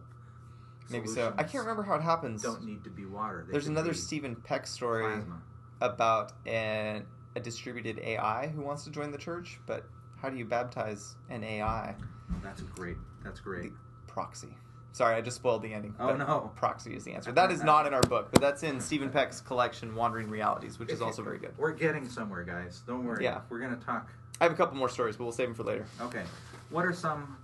Speaker 2: Maybe so. I can't
Speaker 1: solutions
Speaker 2: remember how it happens.
Speaker 1: Don't need to be water. They
Speaker 2: There's
Speaker 1: could
Speaker 2: another
Speaker 1: be
Speaker 2: Stephen Peck story.
Speaker 1: Plasma.
Speaker 2: about an, a distributed AI who wants to join the church, but how do you baptize an AI?
Speaker 1: Oh, that's great. That's great.
Speaker 2: Proxy. Sorry, I just spoiled the ending.
Speaker 1: Oh,
Speaker 2: but
Speaker 1: no.
Speaker 2: Proxy is the answer. That is not in our book, but that's in Stephen Peck's collection, Wandering Realities, which is also very good.
Speaker 1: We're getting somewhere, guys. Don't worry.
Speaker 2: Yeah.
Speaker 1: We're gonna talk.
Speaker 2: I have a couple more stories, but we'll save them for later.
Speaker 1: Okay. What are some?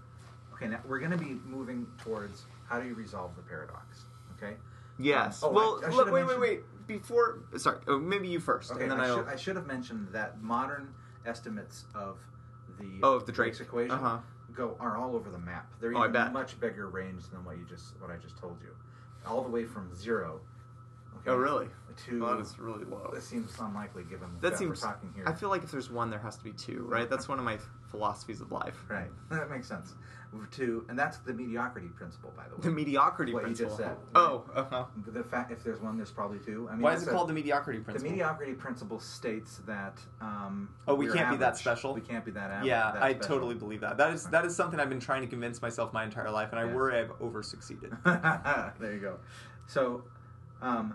Speaker 1: Okay, now we're gonna be moving towards how do you resolve the paradox? Okay.
Speaker 2: Yes.
Speaker 1: Oh, I-
Speaker 2: well,
Speaker 1: I should
Speaker 2: look-
Speaker 1: have
Speaker 2: wait, wait,
Speaker 1: mentioned-
Speaker 2: wait. Before, sorry, oh, maybe you first,
Speaker 1: Okay.
Speaker 2: and then
Speaker 1: I,
Speaker 2: I'll.
Speaker 1: should, I should have mentioned that modern estimates of the
Speaker 2: Oh, of the Drake.
Speaker 1: equation
Speaker 2: Uh-huh.
Speaker 1: go are all over the map. They're
Speaker 2: Oh, I
Speaker 1: even
Speaker 2: bet.
Speaker 1: much bigger range than what you just what I just told you, all the way from zero. Okay,
Speaker 2: Oh, really?
Speaker 1: To
Speaker 2: Well, that is really low.
Speaker 1: That seems unlikely given
Speaker 2: That
Speaker 1: that
Speaker 2: seems.
Speaker 1: we're talking here.
Speaker 2: I feel like if there's one, there has to be two, right? That's one of my philosophies of life.
Speaker 1: Right. That makes sense. To and that's the mediocrity principle, by the way.
Speaker 2: The mediocrity
Speaker 1: What you
Speaker 2: principle.
Speaker 1: just said.
Speaker 2: Oh, uh-huh.
Speaker 1: the fact if there's one, there's probably two. I mean,
Speaker 2: Why is it
Speaker 1: that's a-
Speaker 2: called the mediocrity
Speaker 1: The
Speaker 2: principle?
Speaker 1: mediocrity principle states that. Um,
Speaker 2: Oh, we
Speaker 1: we're
Speaker 2: can't be that
Speaker 1: average.
Speaker 2: special?
Speaker 1: We can't be that average.
Speaker 2: yeah,
Speaker 1: that
Speaker 2: I
Speaker 1: special.
Speaker 2: totally believe that. That is that is something I've been trying to convince myself my entire life, and I
Speaker 1: Yeah.
Speaker 2: worry I've over succeeded.
Speaker 1: there you go. So, um,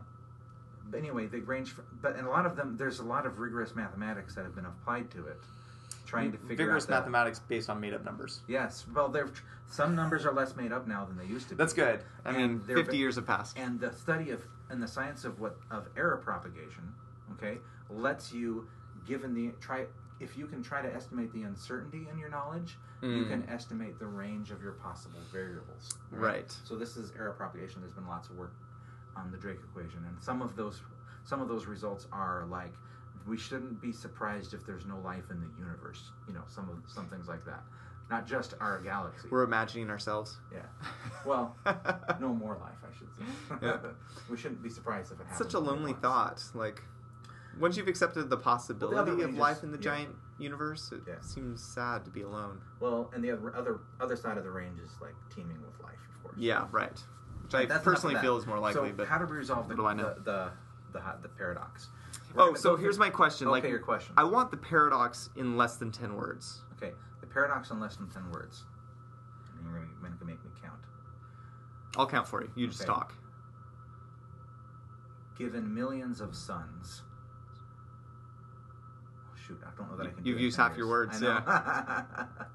Speaker 1: but anyway, they range. From, but in a lot of them, there's a lot of rigorous mathematics that have been applied to it, trying to figure
Speaker 2: vigorous
Speaker 1: out that-
Speaker 2: Mm, mathematics based on made up numbers.
Speaker 1: Yes. Well, they're some numbers are less made up now than they used to. be.
Speaker 2: That's good. I mean,
Speaker 1: And they're
Speaker 2: fifty
Speaker 1: ve-
Speaker 2: years have passed.
Speaker 1: and the study of and the science of what of error propagation okay lets you given the try if you can try to estimate the uncertainty in your knowledge you
Speaker 2: Mm.
Speaker 1: can estimate the range of your possible variables
Speaker 2: Right.
Speaker 1: so this is error propagation there's been lots of work on the drake equation and some of those some of those results are like we shouldn't be surprised if there's no life in the universe you know some of some things like that not just our galaxy
Speaker 2: We're imagining ourselves.
Speaker 1: yeah well no more life, I should say.
Speaker 2: Yeah.
Speaker 1: we shouldn't be surprised if it happens.
Speaker 2: Such a lonely thought. Like, once you've accepted the possibility
Speaker 1: way
Speaker 2: of
Speaker 1: is-
Speaker 2: life in the
Speaker 1: yeah.
Speaker 2: giant universe, it
Speaker 1: Yeah.
Speaker 2: seems sad to be alone.
Speaker 1: Well, and the other other other side of the range is like teeming with life, of course.
Speaker 2: Yeah. Right. Which
Speaker 1: But
Speaker 2: I
Speaker 1: that's enough of
Speaker 2: personally
Speaker 1: that.
Speaker 2: feel is more likely.
Speaker 1: So
Speaker 2: but
Speaker 1: how do we resolve the
Speaker 2: What do I know?
Speaker 1: the the, the, hot- the paradox? We're
Speaker 2: oh,
Speaker 1: gonna
Speaker 2: so
Speaker 1: go
Speaker 2: here's
Speaker 1: through-
Speaker 2: my question.
Speaker 1: Okay,
Speaker 2: like
Speaker 1: your question.
Speaker 2: I want the paradox in less than ten words.
Speaker 1: Okay, the paradox in less than ten words. And you're gonna, you're gonna make me count.
Speaker 2: I'll count for you. You just
Speaker 1: Okay.
Speaker 2: talk.
Speaker 1: Given millions of suns. Oh, shoot, I don't know that I can.
Speaker 2: You've
Speaker 1: do that in
Speaker 2: used
Speaker 1: 10
Speaker 2: half your
Speaker 1: years.
Speaker 2: words,
Speaker 1: I know.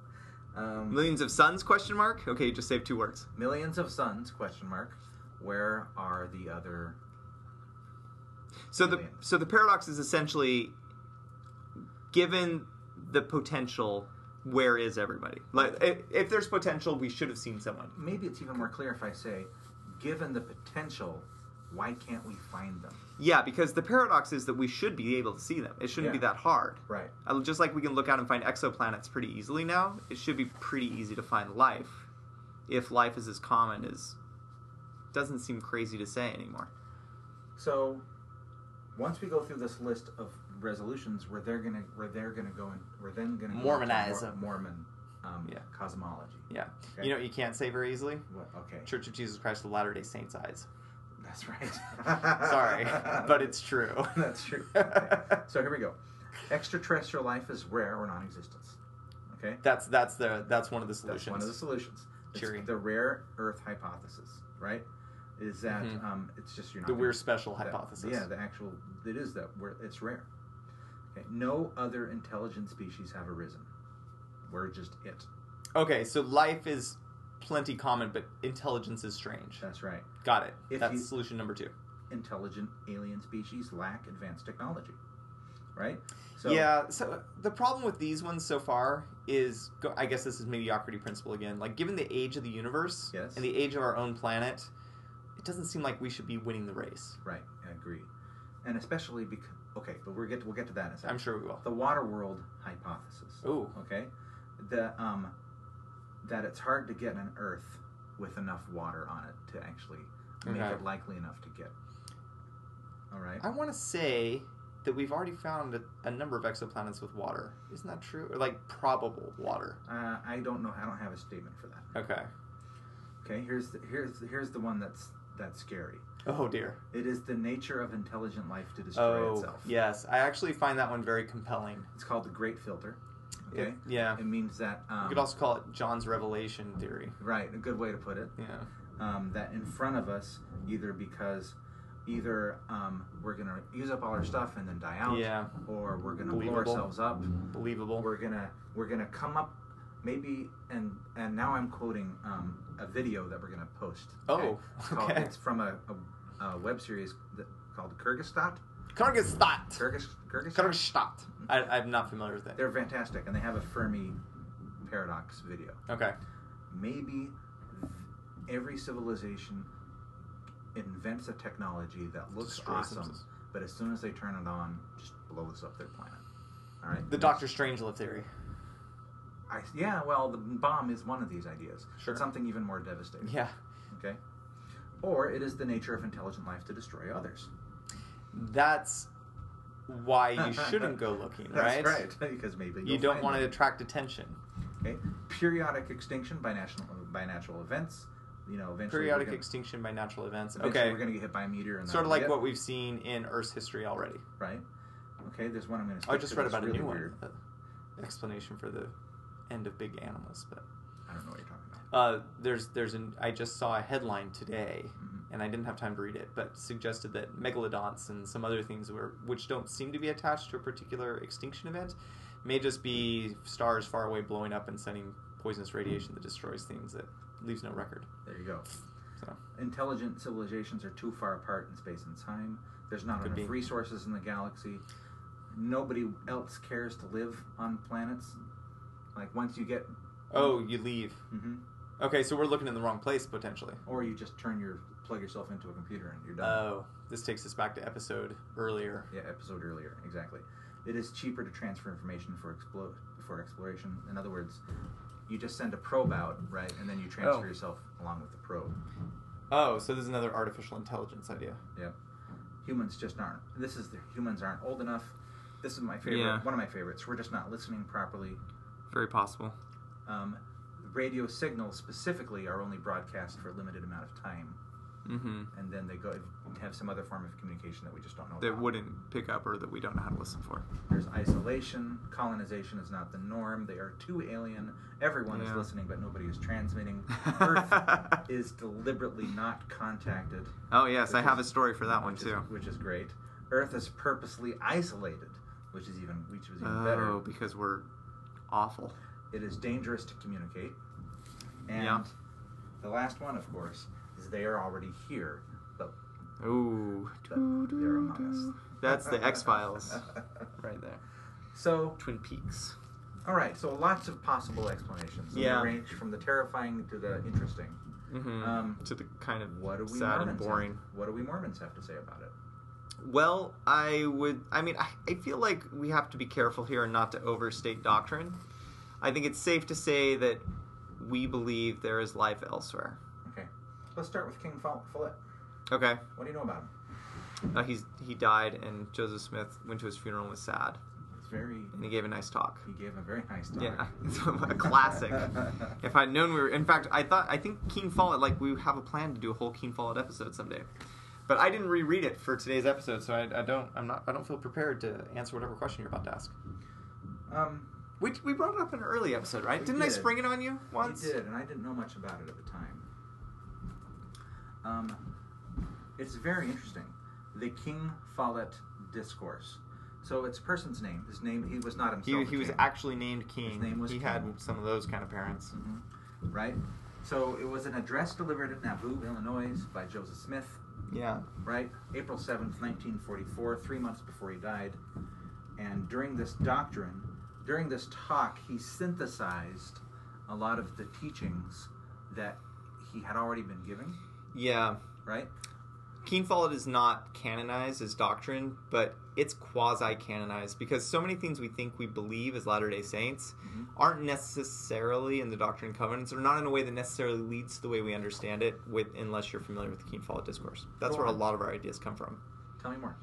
Speaker 1: Um,
Speaker 3: Millions of suns? Question mark. Okay, you just saved two words.
Speaker 1: millions of suns? Question mark. Where are the other?
Speaker 3: So the
Speaker 1: Millions.
Speaker 3: so the paradox is essentially given the potential, where is everybody? Like if, if there's potential, we should have seen someone.
Speaker 1: Maybe it's even more clear if I say, given the potential, why can't we find them?
Speaker 3: Yeah, because the paradox is that we should be able to see them. It shouldn't
Speaker 1: Yeah.
Speaker 3: be that hard.
Speaker 1: Right.
Speaker 3: Uh, Just like we can look out and find exoplanets pretty easily now, it should be pretty easy to find life if life is as common as doesn't seem crazy to say anymore.
Speaker 1: So, once we go through this list of resolutions, we're they're gonna we're they're gonna go and we're then gonna go into
Speaker 2: Mormonize
Speaker 1: Mor-
Speaker 2: them.
Speaker 1: Mormon um,
Speaker 2: Yeah.
Speaker 1: cosmology.
Speaker 2: Yeah.
Speaker 1: Okay.
Speaker 2: You know what you can't say very easily?
Speaker 1: What, okay,
Speaker 2: Church of Jesus Christ of Latter day Saints eyes.
Speaker 1: that's right.
Speaker 2: Sorry, but it's true.
Speaker 1: that's true. Okay. So here we go. Extraterrestrial life is rare or non-existence. Okay,
Speaker 2: That's that's the that's one of the solutions.
Speaker 1: that's one of the solutions. It's
Speaker 2: Cheery.
Speaker 1: the rare Earth hypothesis, right? Is that
Speaker 2: Mhm.
Speaker 1: um, it's just you're not
Speaker 2: The
Speaker 1: gonna-
Speaker 2: we're special
Speaker 1: that-
Speaker 2: hypothesis.
Speaker 1: Yeah, the actual it is that where it's rare. Okay, no other intelligent species have arisen. We're just it.
Speaker 2: Okay, so life is plenty common, but intelligence is strange.
Speaker 1: That's right.
Speaker 2: Got it.
Speaker 1: If
Speaker 2: That's
Speaker 1: you-
Speaker 2: solution number two.
Speaker 1: Intelligent alien species lack advanced technology. Right?
Speaker 2: yeah. So the problem with these ones so far is, go- I guess this is mediocrity principle again. Like, given the age of the universe
Speaker 1: Yes.
Speaker 2: and the age of our own planet, it doesn't seem like we should be winning the race.
Speaker 1: Right, I agree. And especially because okay, but we'll get we'll get to that in a second.
Speaker 2: I'm sure we will.
Speaker 1: The water world hypothesis.
Speaker 2: Ooh,
Speaker 1: Okay? The um that it's hard to get an earth with enough water on it to actually make
Speaker 2: Okay.
Speaker 1: it likely enough to get. All right.
Speaker 2: I want to say that we've already found a, a number of exoplanets with water. Isn't that true? Or like probable water.
Speaker 1: Uh, I don't know. I don't have a statement for that.
Speaker 2: Okay.
Speaker 1: Okay, here's the, here's the, here's the one that's that's scary.
Speaker 2: Oh dear.
Speaker 1: It is the nature of intelligent life to destroy
Speaker 2: Oh
Speaker 1: itself.
Speaker 2: yes, I actually find that one very compelling.
Speaker 1: it's called the Great Filter.
Speaker 2: It-
Speaker 1: Okay,
Speaker 2: yeah.
Speaker 1: it means that. Um,
Speaker 2: you could also call it John's revelation theory.
Speaker 1: right, a good way to put it.
Speaker 2: Yeah.
Speaker 1: Um, that in front of us, either because either um, we're gonna use up all our stuff and then die out,
Speaker 2: Yeah.
Speaker 1: or we're gonna blow
Speaker 2: Believable.
Speaker 1: ourselves up.
Speaker 2: Believable.
Speaker 1: We're gonna we're gonna come up maybe and and now I'm quoting um, a video that we're gonna post.
Speaker 2: Oh,
Speaker 1: It's, called-
Speaker 2: okay.
Speaker 1: it's from a, a, a web series that, called Kyrgyzstan.
Speaker 2: Kyrgyzstan.
Speaker 1: Kyrgyz Kyrgyzstan.
Speaker 2: Kyrgyzstan. I, I'm not familiar with that.
Speaker 1: They're fantastic, and they have a Fermi paradox video.
Speaker 2: Okay.
Speaker 1: Maybe every civilization invents a technology that looks
Speaker 2: Destroys
Speaker 1: awesome,
Speaker 2: themselves.
Speaker 1: but as soon as they turn it on, just blows up their planet. All right.
Speaker 2: The Doctor Strangelove theory.
Speaker 1: I, yeah, well, the bomb is one of these ideas.
Speaker 2: Sure.
Speaker 1: It's something even more devastating.
Speaker 2: Yeah.
Speaker 1: Okay. Or it is the nature of intelligent life to destroy others.
Speaker 2: That's why Uh, you shouldn't go looking, right?
Speaker 1: That's right. Because maybe
Speaker 2: You
Speaker 1: you'll
Speaker 2: don't
Speaker 1: find
Speaker 2: want to
Speaker 1: them.
Speaker 2: attract attention.
Speaker 1: Okay. Periodic extinction by national by natural events. You know, eventually we're
Speaker 2: Periodic
Speaker 1: gonna-
Speaker 2: extinction by natural events.
Speaker 1: eventually
Speaker 2: Okay.
Speaker 1: we're going to get hit by a meteor and
Speaker 2: Sort
Speaker 1: that'll
Speaker 2: of like
Speaker 1: be it,
Speaker 2: what we've seen in Earth's history already.
Speaker 1: right. Okay, there's one I'm going to.
Speaker 2: Oh, I just read about
Speaker 1: really
Speaker 2: a new
Speaker 1: weird.
Speaker 2: one. uh, explanation for the end of big animals, but
Speaker 1: I don't know what you're talking about.
Speaker 2: Uh, there's there's an I just saw a headline today,
Speaker 1: Mhm.
Speaker 2: and I didn't have time to read it, but suggested that megalodonts and some other things were which don't seem to be attached to a particular extinction event, may just be stars far away blowing up and sending poisonous radiation that destroys things that leaves no record.
Speaker 1: There you go.
Speaker 2: So
Speaker 1: Intelligent civilizations are too far apart in space and time. There's not
Speaker 2: Could
Speaker 1: enough
Speaker 2: be.
Speaker 1: resources in the galaxy. Nobody else cares to live on planets. Like once you get,
Speaker 2: oh, you leave.
Speaker 1: hmm
Speaker 2: Okay, so we're looking in the wrong place potentially.
Speaker 1: or you just turn your plug yourself into a computer and you're done.
Speaker 2: Oh, this takes us back to episode earlier.
Speaker 1: Yeah, episode earlier, exactly. It is cheaper to transfer information for explo- for exploration. In other words, you just send a probe out, right, and then you transfer
Speaker 2: Oh.
Speaker 1: yourself along with the probe.
Speaker 2: Oh, so there's another artificial intelligence idea.
Speaker 1: Yep. Humans just aren't. This is the humans aren't old enough. This is my favorite.
Speaker 3: Yeah.
Speaker 1: One of my favorites. We're just not listening properly.
Speaker 3: Very possible.
Speaker 1: Um, radio signals specifically are only broadcast for a limited amount of time,
Speaker 3: Mm-hmm.
Speaker 1: and then they go have some other form of communication that we just don't know.
Speaker 3: That
Speaker 1: about.
Speaker 3: wouldn't pick up or that we don't know how to listen for.
Speaker 1: There's isolation. Colonization is not the norm. They are too alien. Everyone is
Speaker 3: Yeah.
Speaker 1: listening, but nobody is transmitting. Earth is deliberately not contacted.
Speaker 3: oh yes,
Speaker 1: which
Speaker 3: I have a
Speaker 1: is-
Speaker 3: story for that one
Speaker 1: which is-
Speaker 3: too.
Speaker 1: which is great. Earth is purposely isolated, which is even which was even better.
Speaker 3: Oh, because we're awful.
Speaker 1: It is dangerous to communicate. And
Speaker 2: Yeah.
Speaker 1: the last one, of course, is they are already here, but
Speaker 2: Ooh.
Speaker 1: but they're among us.
Speaker 2: That's the X Files right there.
Speaker 1: So,
Speaker 2: Twin Peaks.
Speaker 1: all right. So lots of possible explanations. And they
Speaker 2: Yeah.
Speaker 1: range from the terrifying to the interesting.
Speaker 2: Mm-hmm.
Speaker 1: Um,
Speaker 2: to the kind of
Speaker 1: What do we
Speaker 2: sad
Speaker 1: Mormons have-
Speaker 2: and boring.
Speaker 1: what do we Mormons have to say about it?
Speaker 2: Well, I would. I mean, I, I feel like we have to be careful here and not to overstate doctrine. I think it's safe to say that we believe there is life elsewhere.
Speaker 1: Okay, let's start with King Phil- Philip.
Speaker 2: Okay,
Speaker 1: What do you know about him?
Speaker 2: uh, he's he died, and Joseph Smith went to his funeral and was sad,
Speaker 1: It's very.
Speaker 2: and he gave a nice talk.
Speaker 1: He gave a very nice talk.
Speaker 2: Yeah, a classic. if I'd known we were, in fact, I thought I think Keen Follett. Like we have a plan to do a whole Keen Follett episode someday, but I didn't reread it for today's episode, so I, I don't. I'm not. I don't feel prepared to answer whatever question you're about to ask.
Speaker 1: Um,
Speaker 2: Which we brought it up in an early episode, right?
Speaker 1: We
Speaker 2: Didn't I
Speaker 1: did.
Speaker 2: spring it on you once?
Speaker 1: You did, and I didn't know much about it at the time. Um, it's very interesting. The King Follett discourse. So it's a person's name. His name. He was not himself.
Speaker 2: He,
Speaker 1: a
Speaker 2: he was
Speaker 1: king,
Speaker 2: actually named King.
Speaker 1: His name was
Speaker 2: he
Speaker 1: King.
Speaker 2: had some of those kind of parents.
Speaker 1: Mhm. right. So it was an address delivered at Nauvoo, Illinois, by Joseph Smith.
Speaker 2: Yeah.
Speaker 1: Right, April seventh, nineteen forty-four, three months before he died. And during this doctrine, during this talk, he synthesized a lot of the teachings that he had already been given.
Speaker 2: Yeah.
Speaker 1: right?
Speaker 2: Keen Follett is not canonized as doctrine, but it's quasi canonized because so many things we think we believe as Latter day Saints
Speaker 1: Mhm.
Speaker 2: aren't necessarily in the Doctrine and Covenants or not in a way that necessarily leads to the way we understand it with unless you're familiar with the Keen Follett discourse. That's
Speaker 1: Go
Speaker 2: where a
Speaker 1: on.
Speaker 2: lot of our ideas come from.
Speaker 1: Tell me more.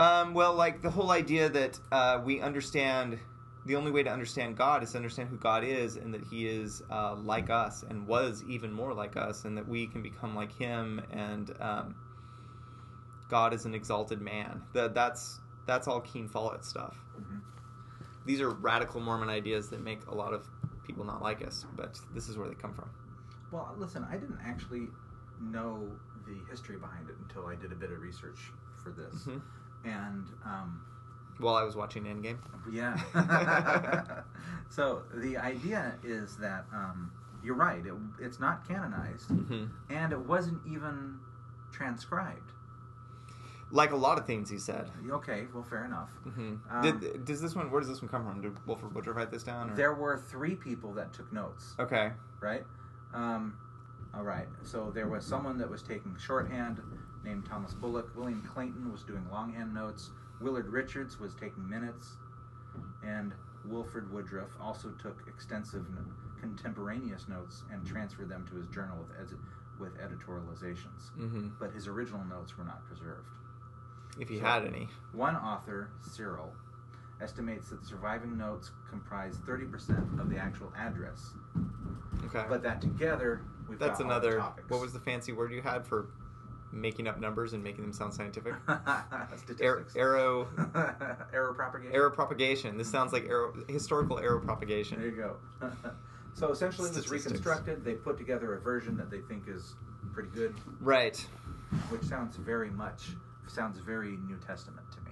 Speaker 2: Um, well, like the whole idea that uh, we understand the only way to understand God is to understand who God is and that He is uh, like us and was even more like us, and that we can become like Him, and um, God is an exalted man. That that's that's all Keen Follett stuff.
Speaker 1: Mhm.
Speaker 2: These are radical Mormon ideas that make a lot of people not like us, but this is where they come from.
Speaker 1: Well, listen, I didn't actually know the history behind it until I did a bit of research for this,
Speaker 2: Mhm.
Speaker 1: and um,
Speaker 2: While I was watching Endgame,
Speaker 1: yeah. so the idea is that um, you're right; it, it's not canonized,
Speaker 2: Mhm.
Speaker 1: and it wasn't even transcribed.
Speaker 2: like a lot of things he said.
Speaker 1: Okay, well, fair enough.
Speaker 2: hmm
Speaker 1: Um,
Speaker 2: Did, does this one? Where does this one come from? Did Wilford Woodruff write this down? Or?
Speaker 1: There were three people that took notes.
Speaker 2: Okay.
Speaker 1: right? Um, all right. So there was someone that was taking shorthand named Thomas Bullock. William Clayton was doing longhand notes. Willard Richards was taking minutes. And Wilfred Woodruff also took extensive n- contemporaneous notes and transferred them to his journal with, ed- with editorializations.
Speaker 2: hmm
Speaker 1: But his original notes were not preserved.
Speaker 2: If he
Speaker 1: So-
Speaker 2: had any.
Speaker 1: One author, Cyril, estimates that surviving notes comprise 30% of the actual address.
Speaker 2: Okay.
Speaker 1: But that together, we've
Speaker 2: that's
Speaker 1: got all the
Speaker 2: another.
Speaker 1: topics.
Speaker 2: What was the fancy word you had for making up numbers and making them sound scientific? Air,
Speaker 1: Statistics.
Speaker 2: arrow.
Speaker 1: Error propagation.
Speaker 2: Arrow propagation. This sounds like arrow, historical arrow propagation.
Speaker 1: There you go. so essentially, it was
Speaker 2: Statistics.
Speaker 1: reconstructed. They put together a version that they think is pretty good,
Speaker 2: Right.
Speaker 1: which sounds very much sounds very New Testament to me.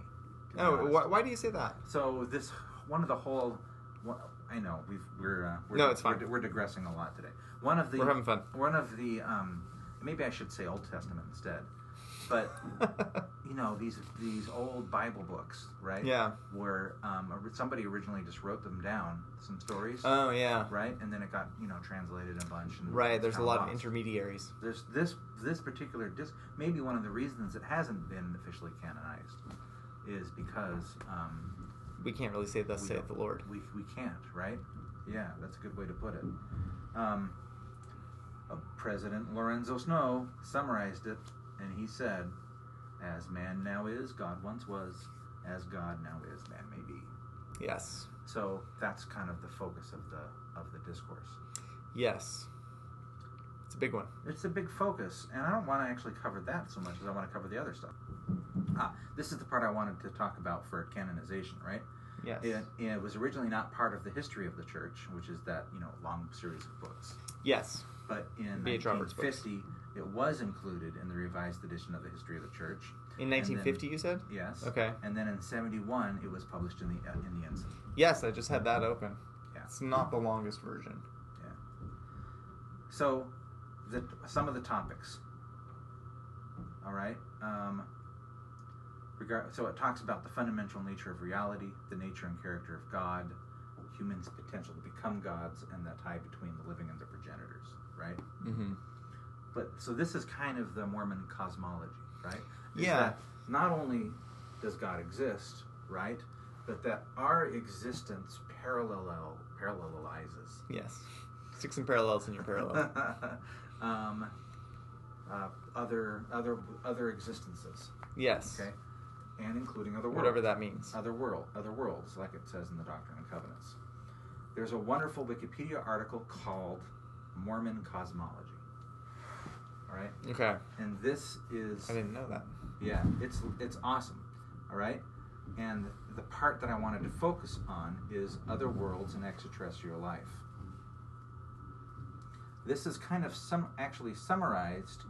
Speaker 1: to be
Speaker 2: Oh,
Speaker 1: honest.
Speaker 2: why, why do you say that?
Speaker 1: So this one of the whole. one- I know we've, we're, uh, we're
Speaker 2: No, it's fine.
Speaker 1: We're, we're digressing a lot today. One of the
Speaker 2: We're having fun.
Speaker 1: One of the um, maybe I should say Old Testament instead, but you know these these old Bible books, right?
Speaker 2: Yeah.
Speaker 1: Where um, or- somebody originally just wrote them down, some stories,
Speaker 2: oh yeah.
Speaker 1: right? And then it got you know translated a bunch. And
Speaker 2: Right.
Speaker 1: it's
Speaker 2: There's a
Speaker 1: kinda
Speaker 2: lot of
Speaker 1: lost.
Speaker 2: intermediaries.
Speaker 1: There's this this particular disc. Maybe one of the reasons it hasn't been officially canonized is because um,
Speaker 2: We can't really say thus
Speaker 1: we
Speaker 2: saith
Speaker 1: don't-
Speaker 2: the Lord.
Speaker 1: We we can't, right? Yeah, that's a good way to put it. Um, uh, President Lorenzo Snow summarized it, and he said, "As man now is, God once was. As God now is, man may be."
Speaker 2: Yes.
Speaker 1: So that's kind of the focus of the of the discourse.
Speaker 2: Yes. It's a big one.
Speaker 1: It's a big focus, and I don't want to actually cover that so much as I want to cover the other stuff. Ah, this is the part I wanted to talk about for canonization, right?
Speaker 2: Yes.
Speaker 1: It, it was originally not part of the history of the church, which is that you know long series of books.
Speaker 2: Yes.
Speaker 1: But in
Speaker 2: B.H. Roberts books.
Speaker 1: 1950, it was included in the revised edition of the history of the church. And
Speaker 2: In
Speaker 1: then-
Speaker 2: 1950, you said?
Speaker 1: Yes.
Speaker 2: Okay.
Speaker 1: And then in 71, it was published in the uh, in the Ensign.
Speaker 2: Yes, I just had that open.
Speaker 1: Yeah.
Speaker 3: That's not the longest version.
Speaker 1: So, the, some of the topics. All right. Um, regard, so it talks about the fundamental nature of reality, the nature and character of God, humans' potential to become gods, and the tie between the living and the progenitors. Right.
Speaker 2: Mm-hmm.
Speaker 1: But so this is kind of the Mormon cosmology, right? Is
Speaker 2: Yeah.
Speaker 1: That not only does God exist, right, but that our existence parallel parallelizes
Speaker 2: Yes. Six and parallels in your parallel.
Speaker 1: um, uh, other other other existences.
Speaker 2: Yes.
Speaker 1: Okay, and including other worlds.
Speaker 2: Whatever that means.
Speaker 1: Other world, other worlds, like it says in the Doctrine and Covenants. There's a wonderful Wikipedia article called "Mormon Cosmology." All right,
Speaker 2: Okay.
Speaker 1: and this is
Speaker 3: I didn't know that.
Speaker 1: yeah, it's it's awesome. All right, and the part that I wanted to focus on is other worlds and extraterrestrial life. This is kind of some actually summarized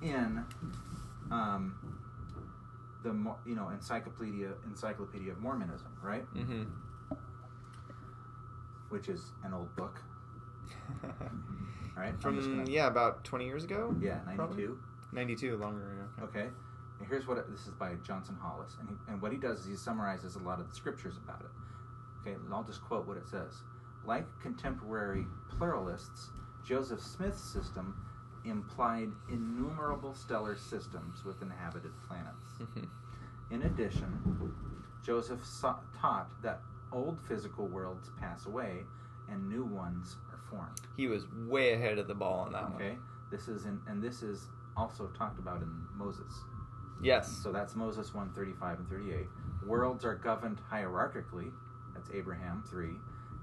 Speaker 1: in um, the Mo- you know encyclopedia Encyclopedia of Mormonism, right?
Speaker 2: Mm-hmm.
Speaker 1: Which is an old book. All right, I'm just
Speaker 2: From
Speaker 1: gonna-
Speaker 2: yeah, about twenty years ago.
Speaker 1: yeah ninety
Speaker 2: probably?
Speaker 1: two.
Speaker 2: Ninety-two, longer ago.
Speaker 1: Okay. And here's what this is by Johnson Hollis, and, he, and what he does is he summarizes a lot of the scriptures about it. Okay, and I'll just quote what it says. Like contemporary pluralists, Joseph Smith's system implied innumerable stellar systems with inhabited planets.
Speaker 2: Mhm.
Speaker 1: In addition, Joseph saw, taught that old physical worlds pass away and new ones are formed.
Speaker 2: He was way ahead of the ball on that
Speaker 1: Okay,
Speaker 2: one.
Speaker 1: this is in, and this is also talked about in Moses.
Speaker 2: Yes.
Speaker 1: So that's Moses 1 35 and 38. Worlds are governed hierarchically. That's Abraham 3.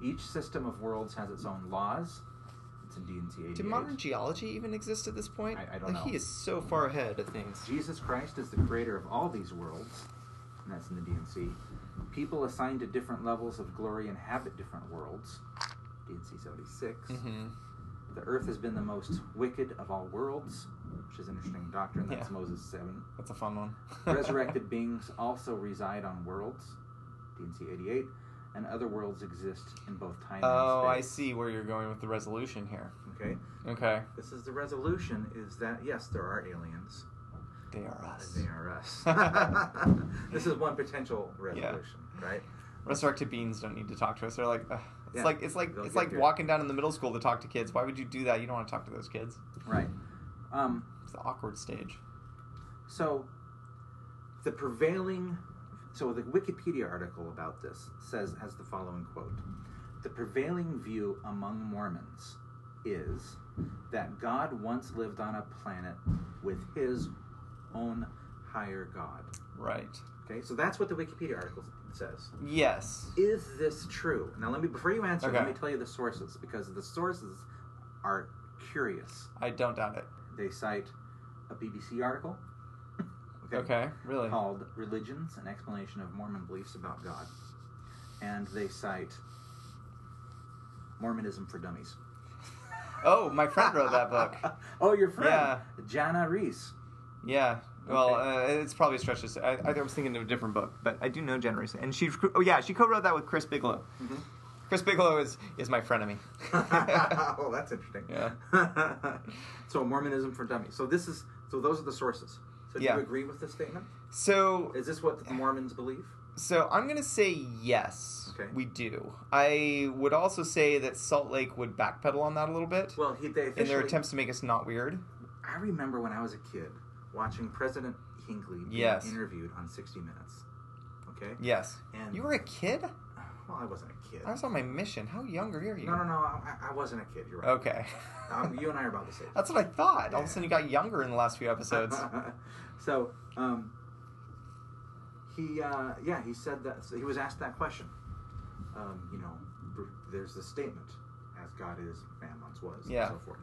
Speaker 1: Each system of worlds has its own laws. It's in D&T 88.
Speaker 2: Did modern geology even exist at this point?
Speaker 1: I- I don't
Speaker 2: like,
Speaker 1: know.
Speaker 2: He is so far ahead of things.
Speaker 1: Jesus Christ is the creator of all these worlds. And that's in the D&C. People assigned to different levels of glory inhabit different worlds. D&C 76.
Speaker 2: Mm-hmm.
Speaker 1: The earth has been the most wicked of all worlds, which is an interesting doctrine. That's
Speaker 2: Yeah.
Speaker 1: Moses 7.
Speaker 2: That's a fun one.
Speaker 1: Resurrected beings also reside on worlds, DNC 88, and other worlds exist in both time
Speaker 2: Oh, I
Speaker 1: and space.
Speaker 2: see where you're going with the resolution here.
Speaker 1: Okay,
Speaker 2: Okay.
Speaker 1: this is the resolution: is that yes, there are aliens,
Speaker 2: They are
Speaker 1: but
Speaker 2: us.
Speaker 1: they are us. this is one potential resolution, right?
Speaker 2: Resurrected beings don't need to talk to us. They're like, ugh. it's
Speaker 1: Yeah,
Speaker 2: like it's like
Speaker 1: they'll
Speaker 2: it's
Speaker 1: get
Speaker 2: like
Speaker 1: here.
Speaker 2: walking down in the middle school to talk to kids. Why would you do that? You don't want to talk to those kids.
Speaker 1: Right. Um,
Speaker 2: It's the awkward stage.
Speaker 1: So, the prevailing, so the Wikipedia article about this says has the following quote: "The prevailing view among Mormons is that God once lived on a planet with His own higher God."
Speaker 2: Right.
Speaker 1: Okay, so that's what the Wikipedia article says.
Speaker 2: Yes.
Speaker 1: Is this true? Now, let me before you answer, let
Speaker 2: Okay.
Speaker 1: me tell you the sources because the sources are curious.
Speaker 2: I don't doubt it.
Speaker 1: They cite a BBC article.
Speaker 2: Okay. Really.
Speaker 1: called Religions An Explanation of Mormon Beliefs About God. And they cite Mormonism for Dummies.
Speaker 2: Oh, my friend wrote that book.
Speaker 1: oh, your friend,
Speaker 2: Yeah.
Speaker 1: Jana Reese.
Speaker 2: Yeah. Well, uh, it's probably stretches. I, I was thinking of a different book, but I do know Jen Reese, and she. Oh yeah, she co-wrote that with Chris Bigelow.
Speaker 1: Mm-hmm.
Speaker 2: Chris Bigelow is is my frenemy.
Speaker 1: oh, that's interesting. so Mormonism for Dummies. So this is so those are the sources. So do
Speaker 2: Yeah.
Speaker 1: you agree with this statement?
Speaker 2: so
Speaker 1: Is this what the Mormons believe?
Speaker 2: So I'm gonna say yes.
Speaker 1: Okay.
Speaker 2: We do. I would also say that Salt Lake would backpedal on that a little bit
Speaker 1: Well, he, they officially.
Speaker 2: in their attempts to make us not weird.
Speaker 1: I remember when I was a kid watching President Hinckley being
Speaker 2: Yes.
Speaker 1: interviewed on 60 Minutes. Okay.
Speaker 2: Yes.
Speaker 1: And
Speaker 2: You were a kid.
Speaker 1: well, I wasn't a kid.
Speaker 2: I was on my mission. How young are you?
Speaker 1: No, no, no. I, I wasn't a kid. You're right.
Speaker 2: Okay.
Speaker 1: Um, you and I are about the same.
Speaker 2: That's what I thought. All of a sudden, you got younger in the last few episodes.
Speaker 1: so, um, he, uh, yeah, he said that so he was asked that question. Um, you know, br- there's this statement, as God is, man once was,
Speaker 2: Yeah.
Speaker 1: and so forth.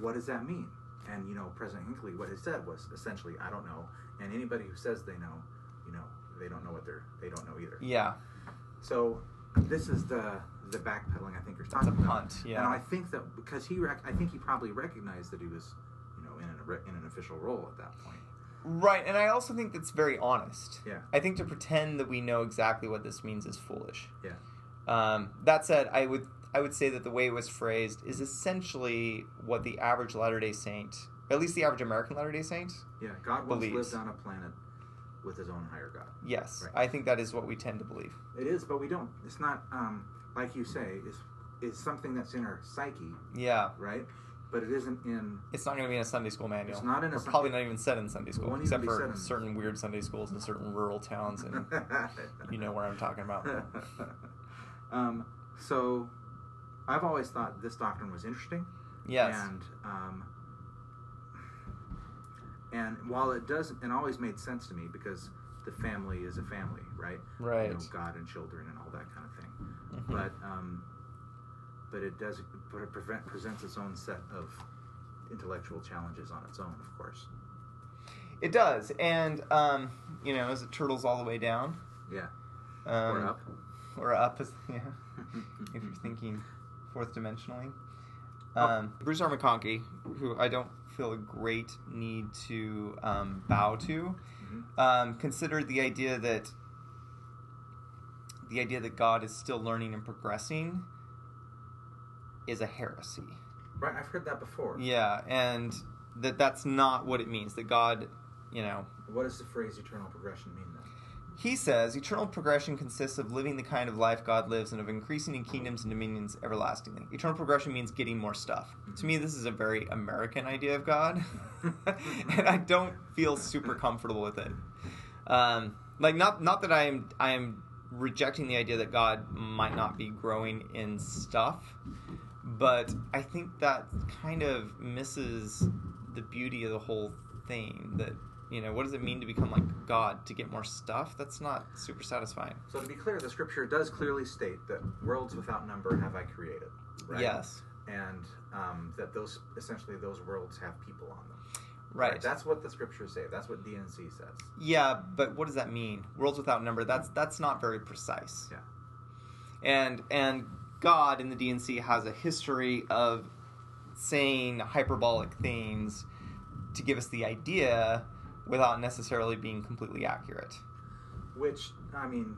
Speaker 1: What does that mean? And you know, President Hinckley, what he said was essentially, I don't know. And anybody who says they know, you know, they don't know what they're, they don't know either.
Speaker 2: yeah.
Speaker 1: So this is the the backpedaling I think you're
Speaker 2: That's
Speaker 1: talking
Speaker 2: a
Speaker 1: about.
Speaker 2: punt.
Speaker 1: And I
Speaker 2: Yeah.
Speaker 1: think that because he, rec- I think he probably recognized that he was, you know, in an re- in an official role at that point.
Speaker 2: Right. And I also think that's very honest.
Speaker 1: Yeah.
Speaker 2: I think to pretend that we know exactly what this means is foolish.
Speaker 1: Yeah.
Speaker 2: Um, that said, I would I would say that the way it was phrased is essentially what the average Latter Day Saint, at least the average American Latter Day Saint,
Speaker 1: Yeah, God once
Speaker 2: Believes.
Speaker 1: lived on a planet with his own higher God.
Speaker 2: yes,
Speaker 1: Right.
Speaker 2: I think that is what we tend to believe.
Speaker 1: It is, but we don't. It's not um, like you say. It's it's something that's in our psyche,
Speaker 2: Yeah,
Speaker 1: right? But it isn't in.
Speaker 2: it's not going to be in a Sunday school manual.
Speaker 1: It's not in a
Speaker 2: Or
Speaker 1: Sun-
Speaker 2: probably not even said in Sunday school,
Speaker 1: won't even
Speaker 2: except
Speaker 1: be said
Speaker 2: for
Speaker 1: in-
Speaker 2: certain weird Sunday schools in certain rural towns, and you know where I'm talking about.
Speaker 1: um, so, I've always thought this doctrine was interesting.
Speaker 2: Yes.
Speaker 1: And um, and while it does and always made sense to me because the family is a family, right? You know,
Speaker 2: Right.
Speaker 1: God and children and all that kind of thing.
Speaker 2: Mhm.
Speaker 1: But um, but it does but it prevent, presents its own set of intellectual challenges on its own, of course.
Speaker 2: It does, and um, you know, as it turtles all the way down,
Speaker 1: Yeah.
Speaker 2: um,
Speaker 1: or up.
Speaker 2: or up, is- yeah, if you're thinking fourth dimensionally. Um, Bruce R. McConkie, who I don't feel a great need to um, bow to,
Speaker 1: Mhm.
Speaker 2: um, considered the idea that the idea that God is still learning and progressing is a heresy.
Speaker 1: Right. I've heard that before.
Speaker 2: Yeah, and that that's not what it means. That God, you know,
Speaker 1: What does the phrase eternal progression mean then?
Speaker 2: He says eternal progression consists of living the kind of life God lives and of increasing in kingdoms and dominions everlastingly. Eternal progression means getting more stuff. To me, this is a very American idea of God, and I don't feel super comfortable with it. Um, like not not that I am I am rejecting the idea that God might not be growing in stuff, but I think that kind of misses the beauty of the whole thing. That you know, what does it mean to become like God to get more stuff? That's not super satisfying.
Speaker 1: So to be clear, the scripture does clearly state that worlds without number have I created. Right?
Speaker 2: Yes,
Speaker 1: and um, that those essentially those worlds have people on them.
Speaker 2: right.
Speaker 1: That's what the scriptures say. That's what DNC says.
Speaker 2: yeah, but what does that mean? Worlds without number. That's that's not very precise.
Speaker 1: Yeah.
Speaker 2: and and God in the DNC has a history of saying hyperbolic things to give us the idea without necessarily being completely accurate.
Speaker 1: Which I mean,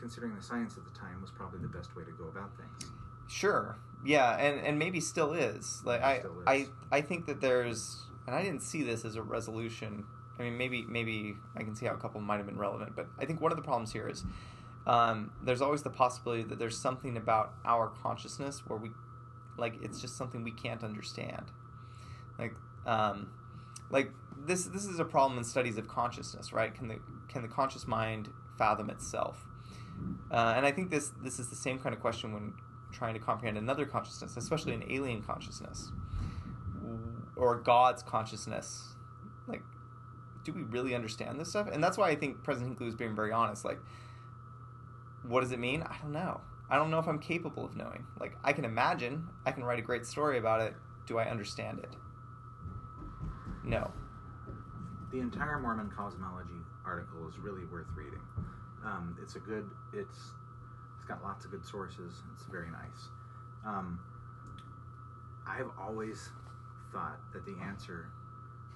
Speaker 1: considering the science at the time, was probably the best way to go about things.
Speaker 2: Sure. Yeah, and, and maybe still is. Like I,
Speaker 1: Still is.
Speaker 2: I I think that there's and I didn't see this as a resolution. I mean maybe maybe I can see how a couple might have been relevant, but I think one of the problems here is um, there's always the possibility that there's something about our consciousness where we like it's just something we can't understand. Like um, like this this is a problem in studies of consciousness, right? Can the can the conscious mind fathom itself? Uh, and I think this this is the same kind of question when trying to comprehend another consciousness, especially an alien consciousness or God's consciousness. Like, do we really understand this stuff? And that's why I think President Hinkley was being very honest. Like, what does it mean? I don't know. I don't know if I'm capable of knowing. Like, I can imagine. I can write a great story about it. Do I understand it? No.
Speaker 1: The entire Mormon cosmology article is really worth reading. Um, it's a good. It's it's got lots of good sources. It's very nice. Um, I've always thought that the answer.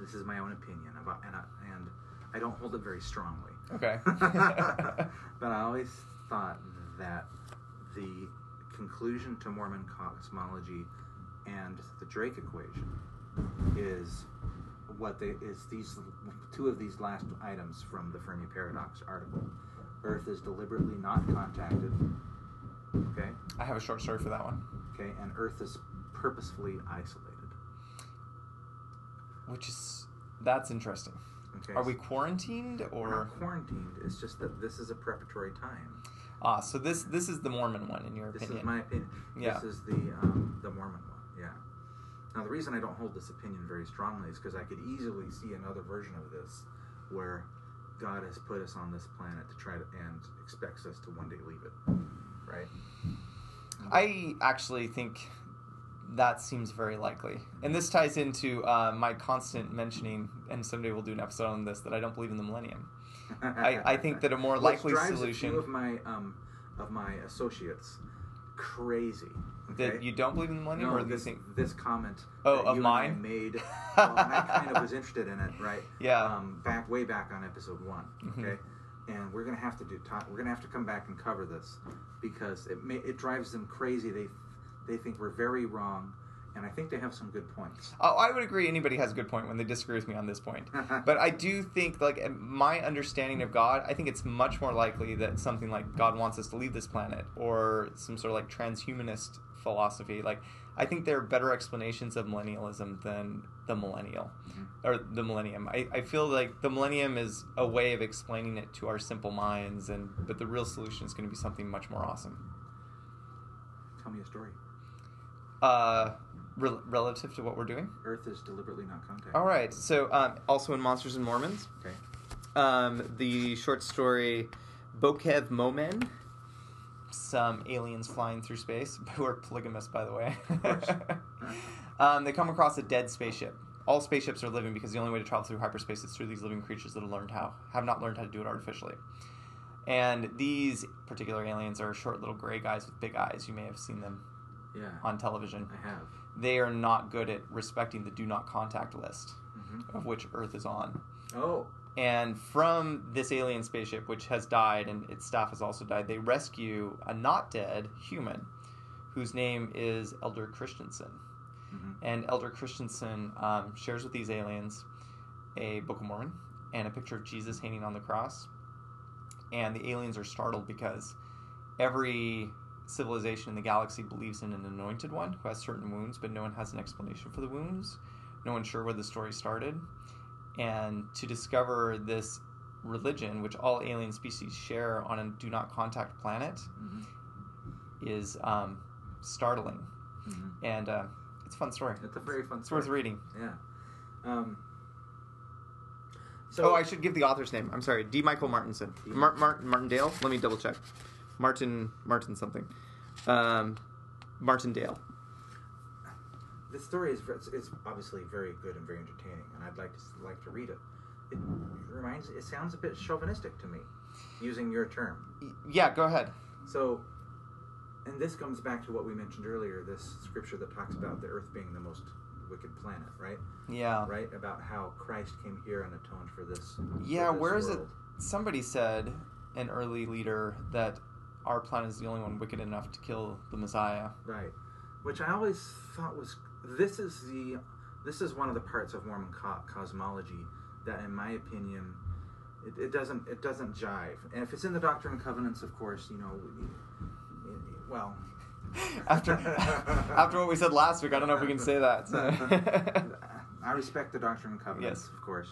Speaker 1: This is my own opinion about, and I, and I don't hold it very strongly.
Speaker 2: Okay.
Speaker 1: but I always thought that the conclusion to Mormon cosmology and the Drake equation is what they is these two of these last items from the Fermi paradox article. Earth is deliberately not contacted. Okay?
Speaker 2: I have a short story for that one,
Speaker 1: Okay, and Earth is purposefully isolated.
Speaker 2: which is that's interesting.
Speaker 1: Okay.
Speaker 2: Are we quarantined
Speaker 1: We're
Speaker 2: or
Speaker 1: not quarantined? It's just that this is a preparatory time.
Speaker 2: ah? So this this is the Mormon one in your
Speaker 1: This
Speaker 2: opinion?
Speaker 1: is my opinion.
Speaker 2: Yeah.
Speaker 1: This is the um, the Mormon one. Yeah. Now the reason I don't hold this opinion very strongly is because I could easily see another version of this where God has put us on this planet to try to and expects us to one day leave it. Right.
Speaker 2: I actually think that seems very likely. And this ties into uh, my constant mentioning, and someday we'll do an episode on this, that I don't believe in the millennium. I- I think that a more
Speaker 1: Which
Speaker 2: likely
Speaker 1: drives a
Speaker 2: solution-
Speaker 1: few of my um, of my associates crazy. Okay?
Speaker 2: That you don't believe in the millennium,
Speaker 1: No,
Speaker 2: or do you
Speaker 1: this,
Speaker 2: think.
Speaker 1: this comment
Speaker 2: Oh,
Speaker 1: that
Speaker 2: of
Speaker 1: you and I
Speaker 2: mine?
Speaker 1: made. Well, I kind of was interested in it, right?
Speaker 2: Yeah.
Speaker 1: Um, back way back on episode one.
Speaker 2: Mhm.
Speaker 1: Okay. and we're going to have to do ta- we're going to have to come back and cover this because it may, it drives them crazy. They they think we're very wrong, and I think they have some good points.
Speaker 2: Oh, I would agree. Anybody has a good point when they disagree with me on this point. but I do think, like my understanding of God, I think it's much more likely that something like God wants us to leave this planet, or some sort of like transhumanist philosophy. Like I think there are better explanations of millennialism than the millennial
Speaker 1: Mhm.
Speaker 2: or the millennium. I, I feel like the millennium is a way of explaining it to our simple minds, and but the real solution is going to be something much more awesome.
Speaker 1: Tell me a story.
Speaker 2: Uh, rel relative to what we're doing.
Speaker 1: Earth is deliberately not contacted.
Speaker 2: All right. So um, also in Monsters and Mormons,
Speaker 1: Okay.
Speaker 2: um, the short story Bokev Momen. Some aliens flying through space who are polygamous, by the way.
Speaker 1: course.
Speaker 2: um, they come across a dead spaceship. All spaceships are living because the only way to travel through hyperspace is through these living creatures that have learned how have not learned how to do it artificially. And these particular aliens are short little gray guys with big eyes. You may have seen them
Speaker 1: Yeah.
Speaker 2: on television.
Speaker 1: I have.
Speaker 2: They are not good at respecting the do not contact list,
Speaker 1: hmm
Speaker 2: of which Earth is on.
Speaker 1: Oh.
Speaker 2: And from this alien spaceship, which has died and its staff has also died, they rescue a not dead human whose name is Elder Christensen.
Speaker 1: hmm
Speaker 2: And Elder Christensen um, shares with these aliens a Book of Mormon and a picture of Jesus hanging on the cross. And the aliens are startled because every civilization in the galaxy believes in an anointed one who has certain wounds, but no one has an explanation for the wounds. No one's sure where the story started. And to discover this religion, which all alien species share on a do not contact planet,
Speaker 1: hmm
Speaker 2: is um, startling.
Speaker 1: hmm
Speaker 2: And uh, it's a fun story.
Speaker 1: It's a very fun
Speaker 2: It's
Speaker 1: story.
Speaker 2: worth reading.
Speaker 1: Yeah. Um,
Speaker 2: oh, I should give the author's name. I'm sorry, D. Michael Martinson,
Speaker 1: D.
Speaker 2: Mar- Mar- Martindale. Let me double check. Martin Martin something. Um, Martindale.
Speaker 1: This story is it's, it's obviously very good and very entertaining, and I'd like to s- like to read it. It reminds. It sounds a bit chauvinistic to me, using your term.
Speaker 2: Y- Yeah, go ahead.
Speaker 1: So, and this comes back to what we mentioned earlier this scripture that talks about the earth being the most wicked planet, right?
Speaker 2: Yeah.
Speaker 1: Right? About how Christ came here and atoned for this.
Speaker 2: Yeah,
Speaker 1: for this
Speaker 2: where is it?
Speaker 1: world.
Speaker 2: Somebody said, an early leader, that our planet is the only one wicked enough to kill the Messiah.
Speaker 1: Right. Which I always thought was this is the this is one of the parts of Mormon co- cosmology that, in my opinion, it, it doesn't it doesn't jive. And if it's in the Doctrine and Covenants, of course, you know, we- well,
Speaker 2: after after what we said last week, I don't know if we can say that. so.
Speaker 1: I respect the Doctrine and Covenants,
Speaker 2: Yes.
Speaker 1: of course,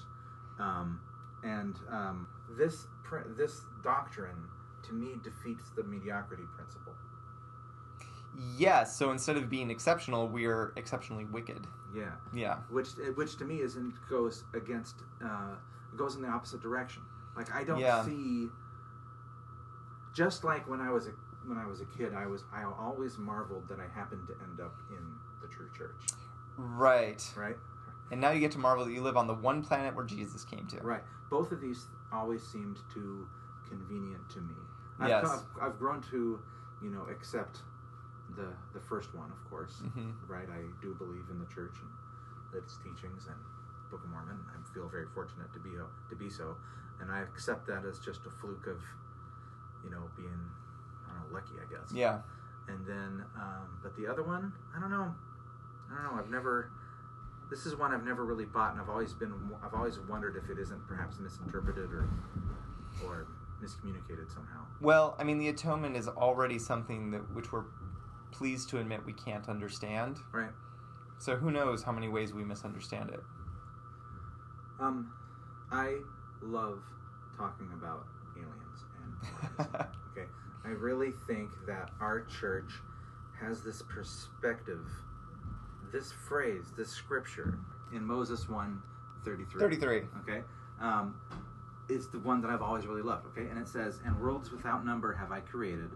Speaker 1: um, and um, this pr- this doctrine to me defeats the mediocrity principle.
Speaker 2: yes. So instead of being exceptional, we are exceptionally wicked.
Speaker 1: Yeah,
Speaker 2: Yeah.
Speaker 1: which which to me isn't goes against uh, goes in the opposite direction. Like I don't
Speaker 2: Yeah.
Speaker 1: see. Just like when I was a when I was a kid, I was I always marveled that I happened to end up in the true church,
Speaker 2: Right.
Speaker 1: right?
Speaker 2: And now you get to marvel that you live on the one planet where Jesus came to.
Speaker 1: Right. Both of these always seemed too convenient to me. I've,
Speaker 2: Yes.
Speaker 1: come- I've, I've grown to, you know, accept the the first one, of course.
Speaker 2: hmm
Speaker 1: Right. I do believe in the church and its teachings and Book of Mormon. I feel very fortunate to be a, to be so, and I accept that as just a fluke of, you know, being I don't know, lucky, I guess.
Speaker 2: Yeah.
Speaker 1: And then, um, but the other one, I don't know. I don't know. I've never. This is one I've never really bought, and I've always been. I've always wondered if it isn't perhaps misinterpreted or, or miscommunicated somehow.
Speaker 2: Well, I mean, the atonement is already something that which we're pleased to admit we can't understand.
Speaker 1: Right.
Speaker 2: So who knows how many ways we misunderstand it?
Speaker 1: Um, I love talking about aliens and. okay. I really think that our church has this perspective, this phrase, this scripture in Moses one thirty three.
Speaker 2: Thirty-three.
Speaker 1: okay um, it's the one that i've always really loved okay and it says and worlds without number have i created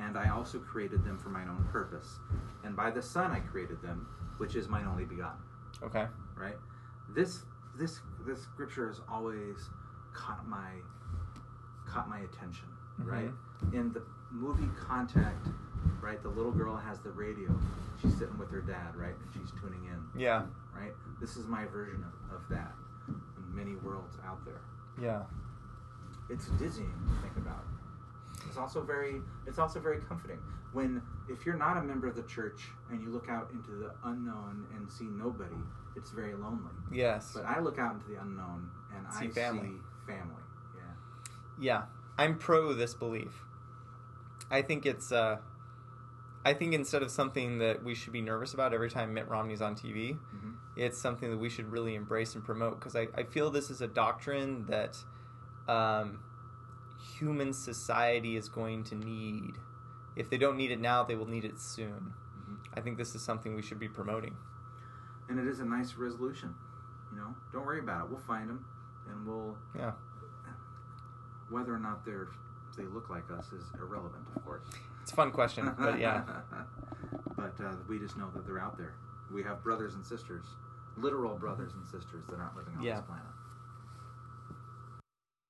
Speaker 1: and i also created them for mine own purpose and by the son i created them which is mine only begotten
Speaker 2: Okay.
Speaker 1: right this this this scripture has always caught my caught my attention right in the movie contact right the little girl has the radio she's sitting with her dad right and she's tuning in
Speaker 2: Yeah.
Speaker 1: right? This is my version of, of that. Many worlds out there.
Speaker 2: Yeah.
Speaker 1: it's dizzying to think about. It's also very it's also very comforting when if you're not a member of the church and you look out into the unknown and see nobody, it's very lonely.
Speaker 2: Yes.
Speaker 1: But I look out into the unknown and
Speaker 2: See
Speaker 1: I
Speaker 2: family.
Speaker 1: see family. Yeah.
Speaker 2: Yeah, I'm pro this belief. I think it's. Uh, I think instead of something that we should be nervous about every time Mitt Romney's on TV,
Speaker 1: hmm
Speaker 2: it's something that we should really embrace and promote because I, I feel this is a doctrine that um, human society is going to need. If they don't need it now, they will need it soon.
Speaker 1: hmm
Speaker 2: I think this is something we should be promoting.
Speaker 1: And it is a nice resolution. You know, don't worry about it. We'll find them and we'll
Speaker 2: Yeah.
Speaker 1: whether or not they're they look like us is irrelevant, of course.
Speaker 2: It's a fun question, but yeah.
Speaker 1: but uh, we just know that they're out there. We have brothers and sisters, literal brothers and sisters. They're not living on
Speaker 2: Yeah.
Speaker 1: this planet.